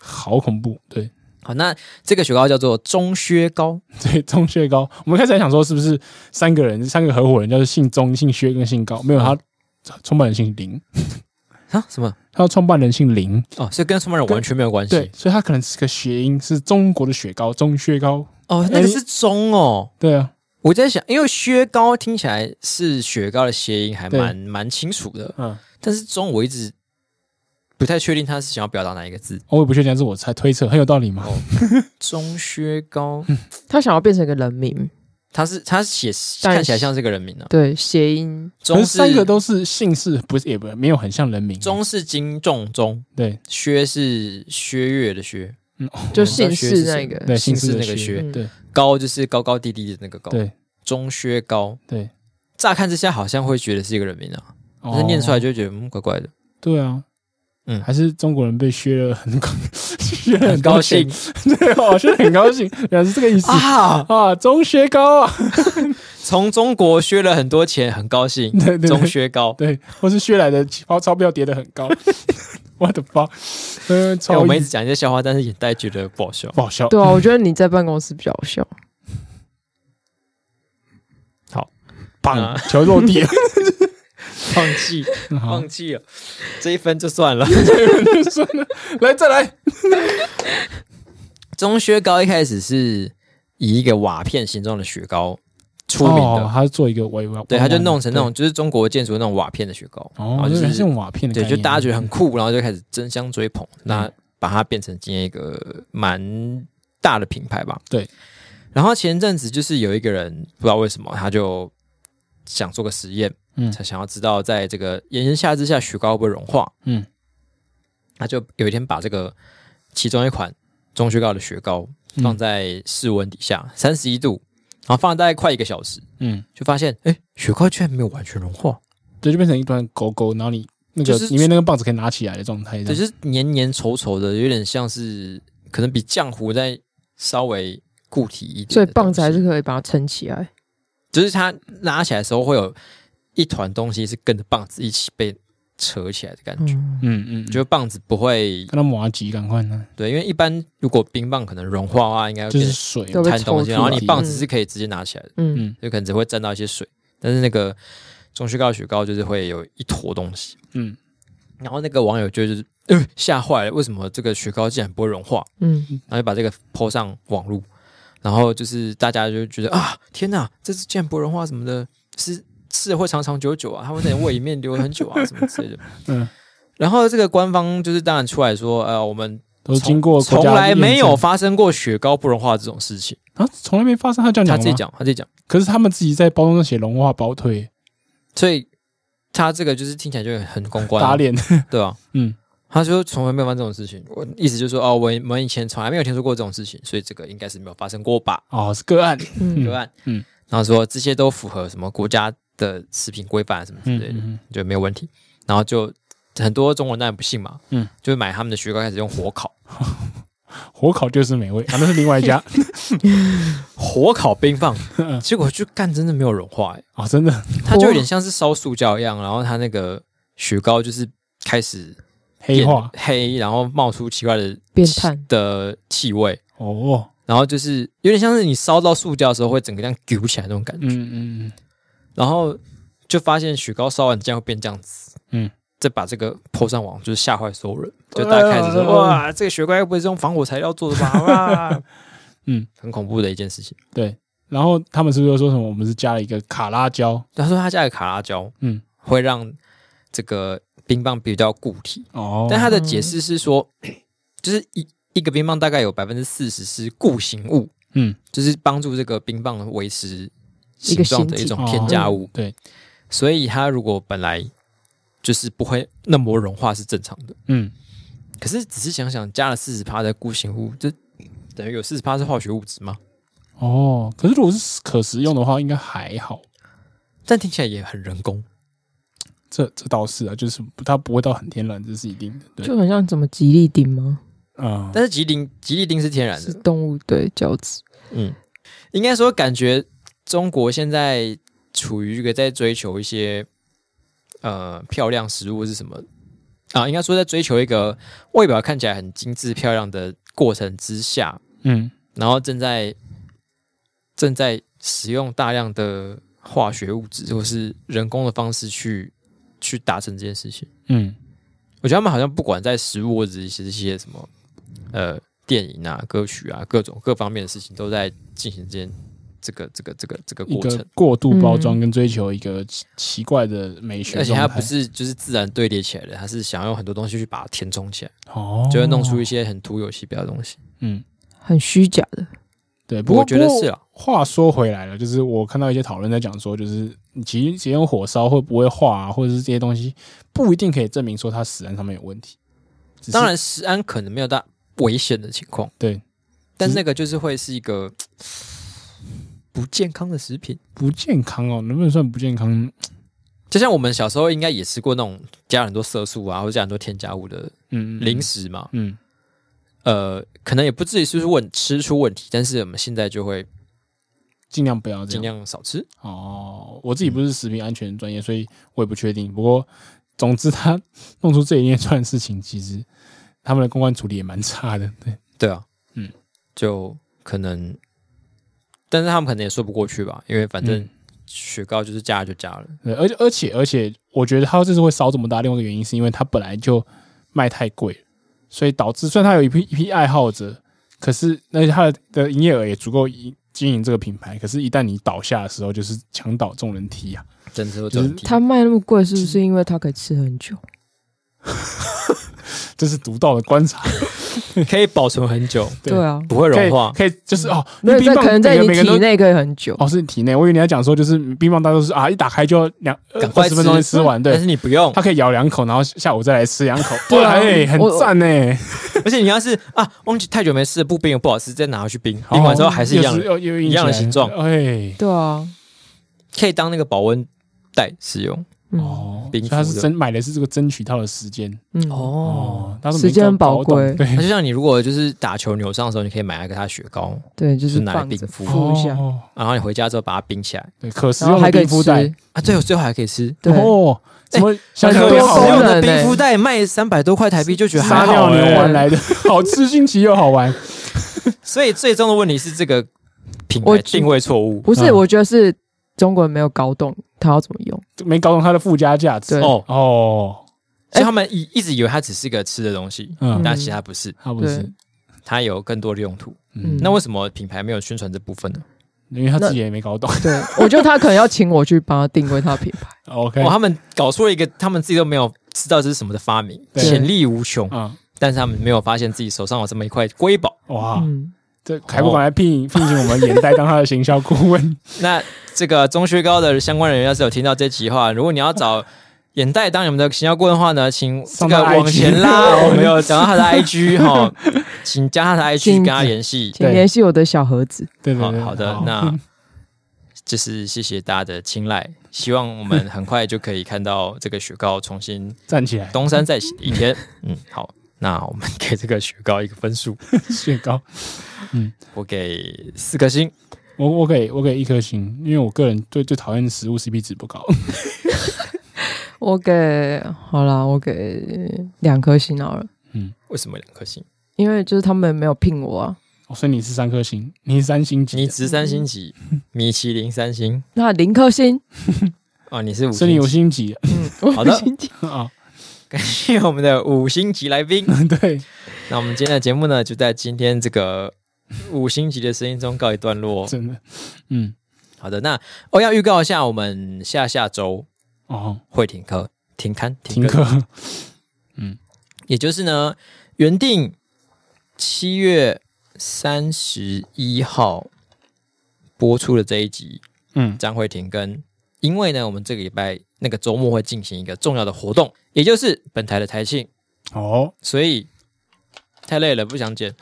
好恐怖，对，
好，那这个雪糕叫做中靴糕，
对，钟薛高，我们开始还想说是不是三个人，三个合伙人，叫做姓钟、姓薛跟姓高，没有，他创办人姓林，
啊？什么？
他的创办人姓林，
哦，所以跟创办人完全没有关
对
系。，
所以他可能是个谐音，是中国的雪糕，钟薛高，
哦，
嗯
那个是中哦。
对啊，
我在想，因为薛高听起来是雪糕的谐音，还
对
蛮蛮清楚的。
嗯，
但是中我一直不太确定他是想要表达哪一个字。
哦我也不确定，但是我猜推测，很有道理嘛，
哦，中薛高，
嗯
他想要变成一个人名，
他是他写
但是
看起来像是个人名啊。
对，谐音，
可
中
是
是
三个都是姓氏，不是也不没有很像人名，
中是金仲中，
对，
薛是薛岳的薛，
嗯，哦
就姓氏那个，
对，
姓
氏
氏
的
那个薛
薛，对
高就是高高低低的那个高。
对
中薛高，
对，
乍看之下好像会觉得是一个人名啊，但
哦
是念出来就会觉得嗯怪 怪的，
对啊，
嗯
还是中国人被削了很高， 削了
很
多
高
钱
兴，
对，我削得很高兴，原来是这个意思
啊！
啊，中薛高啊，
从中国削了很多钱，很高兴。
对对
中
对
薛高，
对，或是削来的钞钞票叠得很高， 我的妈，嗯，
哎
超
我们一
意
直讲一些笑话，但是眼袋觉得不好笑。
不好笑，
对啊，我觉得你在办公室比较好笑，
嗯 棒，球落地 了，
啊放弃，
好
放，弃了，这一分就算了。
算了，来再来，
中薛高一开始是以一个瓦片形状的雪糕出名
哦
的，
他是做一个微微，
对，他就弄成那
对
种就是中国建筑那种瓦片的雪糕，然
哦
啊后，就
就是
是
用瓦片的概
对，
念，
就大家觉得很酷，然后就开始争相追捧，那把它变成今天一个蛮大的品牌吧。
对。
然后前阵子就是有一个人不知道为什么，他就想做个实验，
嗯
他想要知道在这个炎炎夏日下雪糕会不会融化。
嗯，
他就有一天把这个其中一款中雪糕的雪糕
嗯
放在室温底下三十一度，然后放了大概快一个小时，
嗯，
就发现哎，诶雪糕居然没有完全融化，
对，就变成一段勾勾，然后你那个
就是
里面那个棒子可以拿起来的状态，这
对，
样
嗯
就是黏黏稠稠的，有点像是可能比浆糊再稍微固体一点的东西，
所以棒子还是可以把它撑起来。
就是它拉起来的时候会有一团东西是跟着棒子一起被扯起来的感觉，
嗯
嗯，
嗯，嗯
就是棒子不会
看到马吉，啊赶快呢，
对，因为一般如果冰棒可能融化的话，应该会
就
变
是
成
水嘛，
对会被
摊东西，
抽出
然后你
来
棒子是可以直接拿起来的，
嗯
嗯
就可能只会沾到一些水，但是那个中雪糕雪糕就是会有一坨东西，
嗯，
然后那个网友就是呃吓坏了，为什么这个雪糕竟然不会融化？
嗯，
然后就把这个抛上网络，然后就是大家就觉得啊，天哪，这是见博人化什么的，是吃的会长长久久啊，它会在你胃里面留很久 啊，什么之类的。
嗯，
然后这个官方就是当然出来说，呃，我们
都是经过国
从
家
从来没有
验证
发生过雪糕不融化这种事情。
啊，从来没发生他这样
他
讲
自己
吗，
讲，他自己讲，
可是他们自己在包装上写融化包退
所以他这个就是听起来就很公关啊、
打脸，
对啊，
嗯，
他说从来没有发生这种事情。我意思就是说，哦，我我们以前从来没有听说过这种事情，所以这个应该是没有发生过吧。
哦，是个案，
嗯
个案，
嗯
嗯，然后说这些都符合什么国家的食品规范什么之
嗯
类的，
嗯
就没有问题。然后就很多中国人当然不信嘛，
嗯
嗯，就买他们的雪糕开始用火烤，
嗯，火烤就是美味，啊，那是另外一 家
火烤冰 棒，结果就干真的没有融化、欸，
哦，真的
它就有点像是烧塑胶一样，然后它那个雪糕就是开始
黑
变
化
黑，然后冒出奇怪的
变态
嗯
的气味。
哦，
然后就是有点像是你烧到塑胶的时候，会整个这样鼓起来那种感觉。
嗯嗯
然后就发现雪糕烧完竟然会变这样子，
嗯，
再把这个泼上网，就是吓坏所有人，就大家开始说、
呃
哇，这个雪糕又不是用防火材料做的吧？哇，
嗯，
很恐怖的一件事情。
嗯，对，然后他们是不是又说什么我们是加了一个卡拉胶？
他说他加的卡拉胶，
嗯，
会让这个冰棒比较固体，
哦，
但他的解释是说，就是一一个冰棒大概有百分之四十是固形物，
嗯，
就是帮助这个冰棒维持
一
形
个
状
形
的一
体
种
哦
添加物，
对，
所以它如果本来就是不会那么融化是正常的。
嗯，
可是仔细想想，加了四十趴的固形物，这等于有四十趴是化学物质吗？
哦，可是如果是可食用的话，应该还好。
但听起来也很人工。
这这倒是啊，就是不它不会到很天然，这是一定的。对，
就很像什么吉利丁吗？
啊、
但是吉林吉利丁是
嗯
天然
是
的，
动物对胶质。
嗯，应该说感觉中国现在处于一个在追求一些呃漂亮食物是什么啊？应该说在追求一个外表看起来很精致漂亮的过程之下，
嗯，
然后正在正在使用大量的化学物质或是人工的方式去去达成这件事情。
嗯
我觉得他们好像不管在食物或者是一些一些什么呃电影啊、歌曲啊各种各方面的事情，都在进行这件这个这个这个这个
嗯一
过
个
程。
过度包装跟追求一个奇奇怪的美学
而且它
状态，
不是就是自然队列起来的，它是想用很多东西去把它填充起来，
哦，
就会弄出一些很徒有其表的东西。
嗯，
很虚假的，
对。不过
我觉得
不过
是啊
话说回来了，就是我看到一些讨论在讲说，就是你其实直接用火烧会不会化啊，或者是这些东西不一定可以证明说它实然上面有问题。只是
当，然，食安可能没有到危险的情况，
对，
但
只是
那个就是会是一个不健康的食品。
不健康哦，能不能算不健康？
就像我们小时候应该也吃过那种加很多色素啊，或者加很多添加物的
嗯，
零食嘛，
嗯，
呃，可能也不至于是问吃出问题，但是我们现在就会
尽量不要这样
尽。量少吃。
哦，我自己不是食品安全专业，所以我也不确定。不过，总之他弄出这一连串事情，其实他们的公关处理也蛮差的。对，
对啊，
嗯，
就可能，但是他们可能也说不过去吧，因为反正
嗯
雪糕就是加了就加了，
对而且而且而且，我觉得他这次会烧这么大，另外一个原因是因为他本来就卖太贵了，所以导致虽然他有一批一批爱好者，可是那他的的营业额也足够经营这个品牌，可是，一旦你倒下的时候，就是墙倒众人踢啊！
真是有这种题
它卖那么贵，是
嗯
不是因为它可以吃很久？
这是独到的观察，
可以保存很久，
对
对啊，
不会
可以
融化。
可以就是哦，
没有
因为冰
在
棒
可能在
每个每个
你
人
体
都
内可以很久。
哦，是你体内。我以为你要讲说，就是冰棒大家都是啊，一打开就要两呃
赶
二
快
十分钟就吃完，
但
对，
是你不用
它，可以咬两口，然后下午再来吃两口，
对啊
哇哎，很
我我
赞呢。
而且你要是啊，忘记太久没吃，不冰也不好吃，再拿回去冰，
好
冰完之后还哦是一样，的，
又又又硬
一样的
起来
形状
哎，
对啊，
可以当那个保温袋使用。
嗯
哦，所
冰
以他
敷
是
的
争买的是这个争取到的时间
嗯，
哦，，
他是
时间很宝贵
对，
那就像你如果就是打球扭伤的时候，你可以买那个它雪糕，
对，就是是
拿来
放
冰
着
敷
敷一下，
哦
然后你回家之后把它冰起来
对，可食
然后
用
还
的
可以
冰敷
吃，
袋，
啊。最后最后还可以
对，
哦，
哎
什么想
吃，
想
很
也
多
好
使用
功
玩，
的
能
冰
欸
敷袋卖三百多块台币，就觉得还
撒
好
尿牛
欸
丸来的，好吃新奇又好玩，
所以最终的问题是这个品
我
牌定位错误
不是，
嗯
我觉得是中国人没有搞懂它要怎么用。
没搞懂它的附加价值
对
哦，
哦，
所以他们一一直以为它只是个吃的东西，
嗯，
但其实它不是，
它不是
对，
它有更多的用途。
嗯
嗯，
那为什么品牌没有宣传这部分呢？
因为他自己也没搞懂
对， 我觉得他可能要请我去帮他定位他的品牌。
，OK，
哦哇，他们搞出了一个他们自己都没有知道这是什么的发明，
对
潜力无穷，
嗯，
但是他们没有发现自己手上有这么一块瑰宝。
哇，
嗯，
这凯博馆来 聘聘请我们眼袋当他的行销顾问，
那这个中学高的相关人员要是有听到这集的话，如果你要找眼袋当你们的行销顾问的话呢，请这
上他
个
的 IG
往前 拉，我们有讲到他的 IG 哈，请加他的 IG
请
跟他联 系。
请
对
联系我的小盒子。
对对
好
对，
好的，那就是谢谢大家的青睐，希望我们很快就可以看到这个雪糕重新
站起来，
东山再起的一 天。嗯，好，那我们给这个雪糕一个分数，
雪糕。
我给四颗星。
我我给我给一颗星，因为我个人最最讨厌食物 CP 值不高。
我给好啦，我给两颗星好了，
为什么两颗星？
因为就是他们没有聘我啊。
哦所以你是三颗星，你是三星级的，
你值三星级，米其林三星
那零颗星，
哦，你是五
所以你
星
有
级。
星级
嗯，
好 的
五星级
啊、
感谢我们的五星级来宾。
对，
那我们今天的节目呢，就在今天这个五星级的声音中告一段落。
真的，嗯，
好的，那哦要预告一下，我们下下周
哦，
会停课、停刊、停
停
更，
课，
也就是呢，原定七月三十一号播出的这一集
嗯，
将会停更，因为呢，我们这个礼拜那个周末会进行一个重要的活动，也就是本台的台庆，
哦，
所以太累了，不想 剪。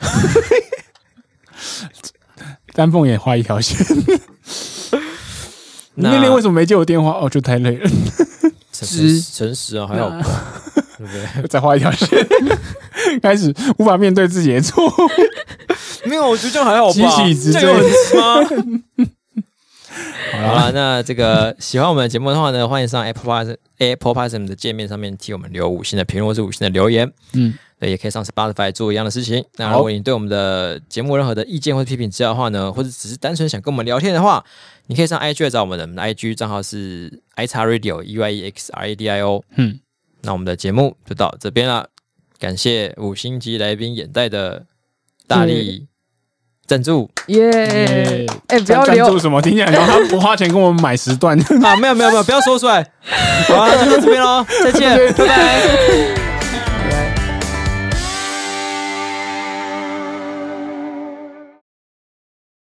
丹凤眼画一条线。你
那
那天为什么没接我电话？哦，就太累了，
诚
之
实诚实啊，还好吧，对不对？
再画一条线。 开始无法面对自己的错误，
没有，我觉得这样还好吧，
集体之
这
最
样有很吃吗？
好
好
啦，
了，那这个喜欢我们的节目的话呢，欢迎上 Apple Podcast Apple Podcast 的界面上面替我们留五星的评论或是五星的留言。
嗯，
对，也可以上 Spotify 做一样的事情。那
好
如果你对我们的节目有任何的意见或者批评之类的话呢，或者只是单纯想跟我们聊天的话，你可以上 IG 来找我们的，我们的 IG 账号是 i x radio e y e x r a d i o。
嗯，
那我们的节目就到这边了，感谢五星级来宾眼袋的大力赞助
耶！哎，不要
赞助
留，
什么？听起来然后他不花钱跟我们买十段，
啊！没有没有没有，不要说出来。好啊，那就到这边喽，再见，拜拜。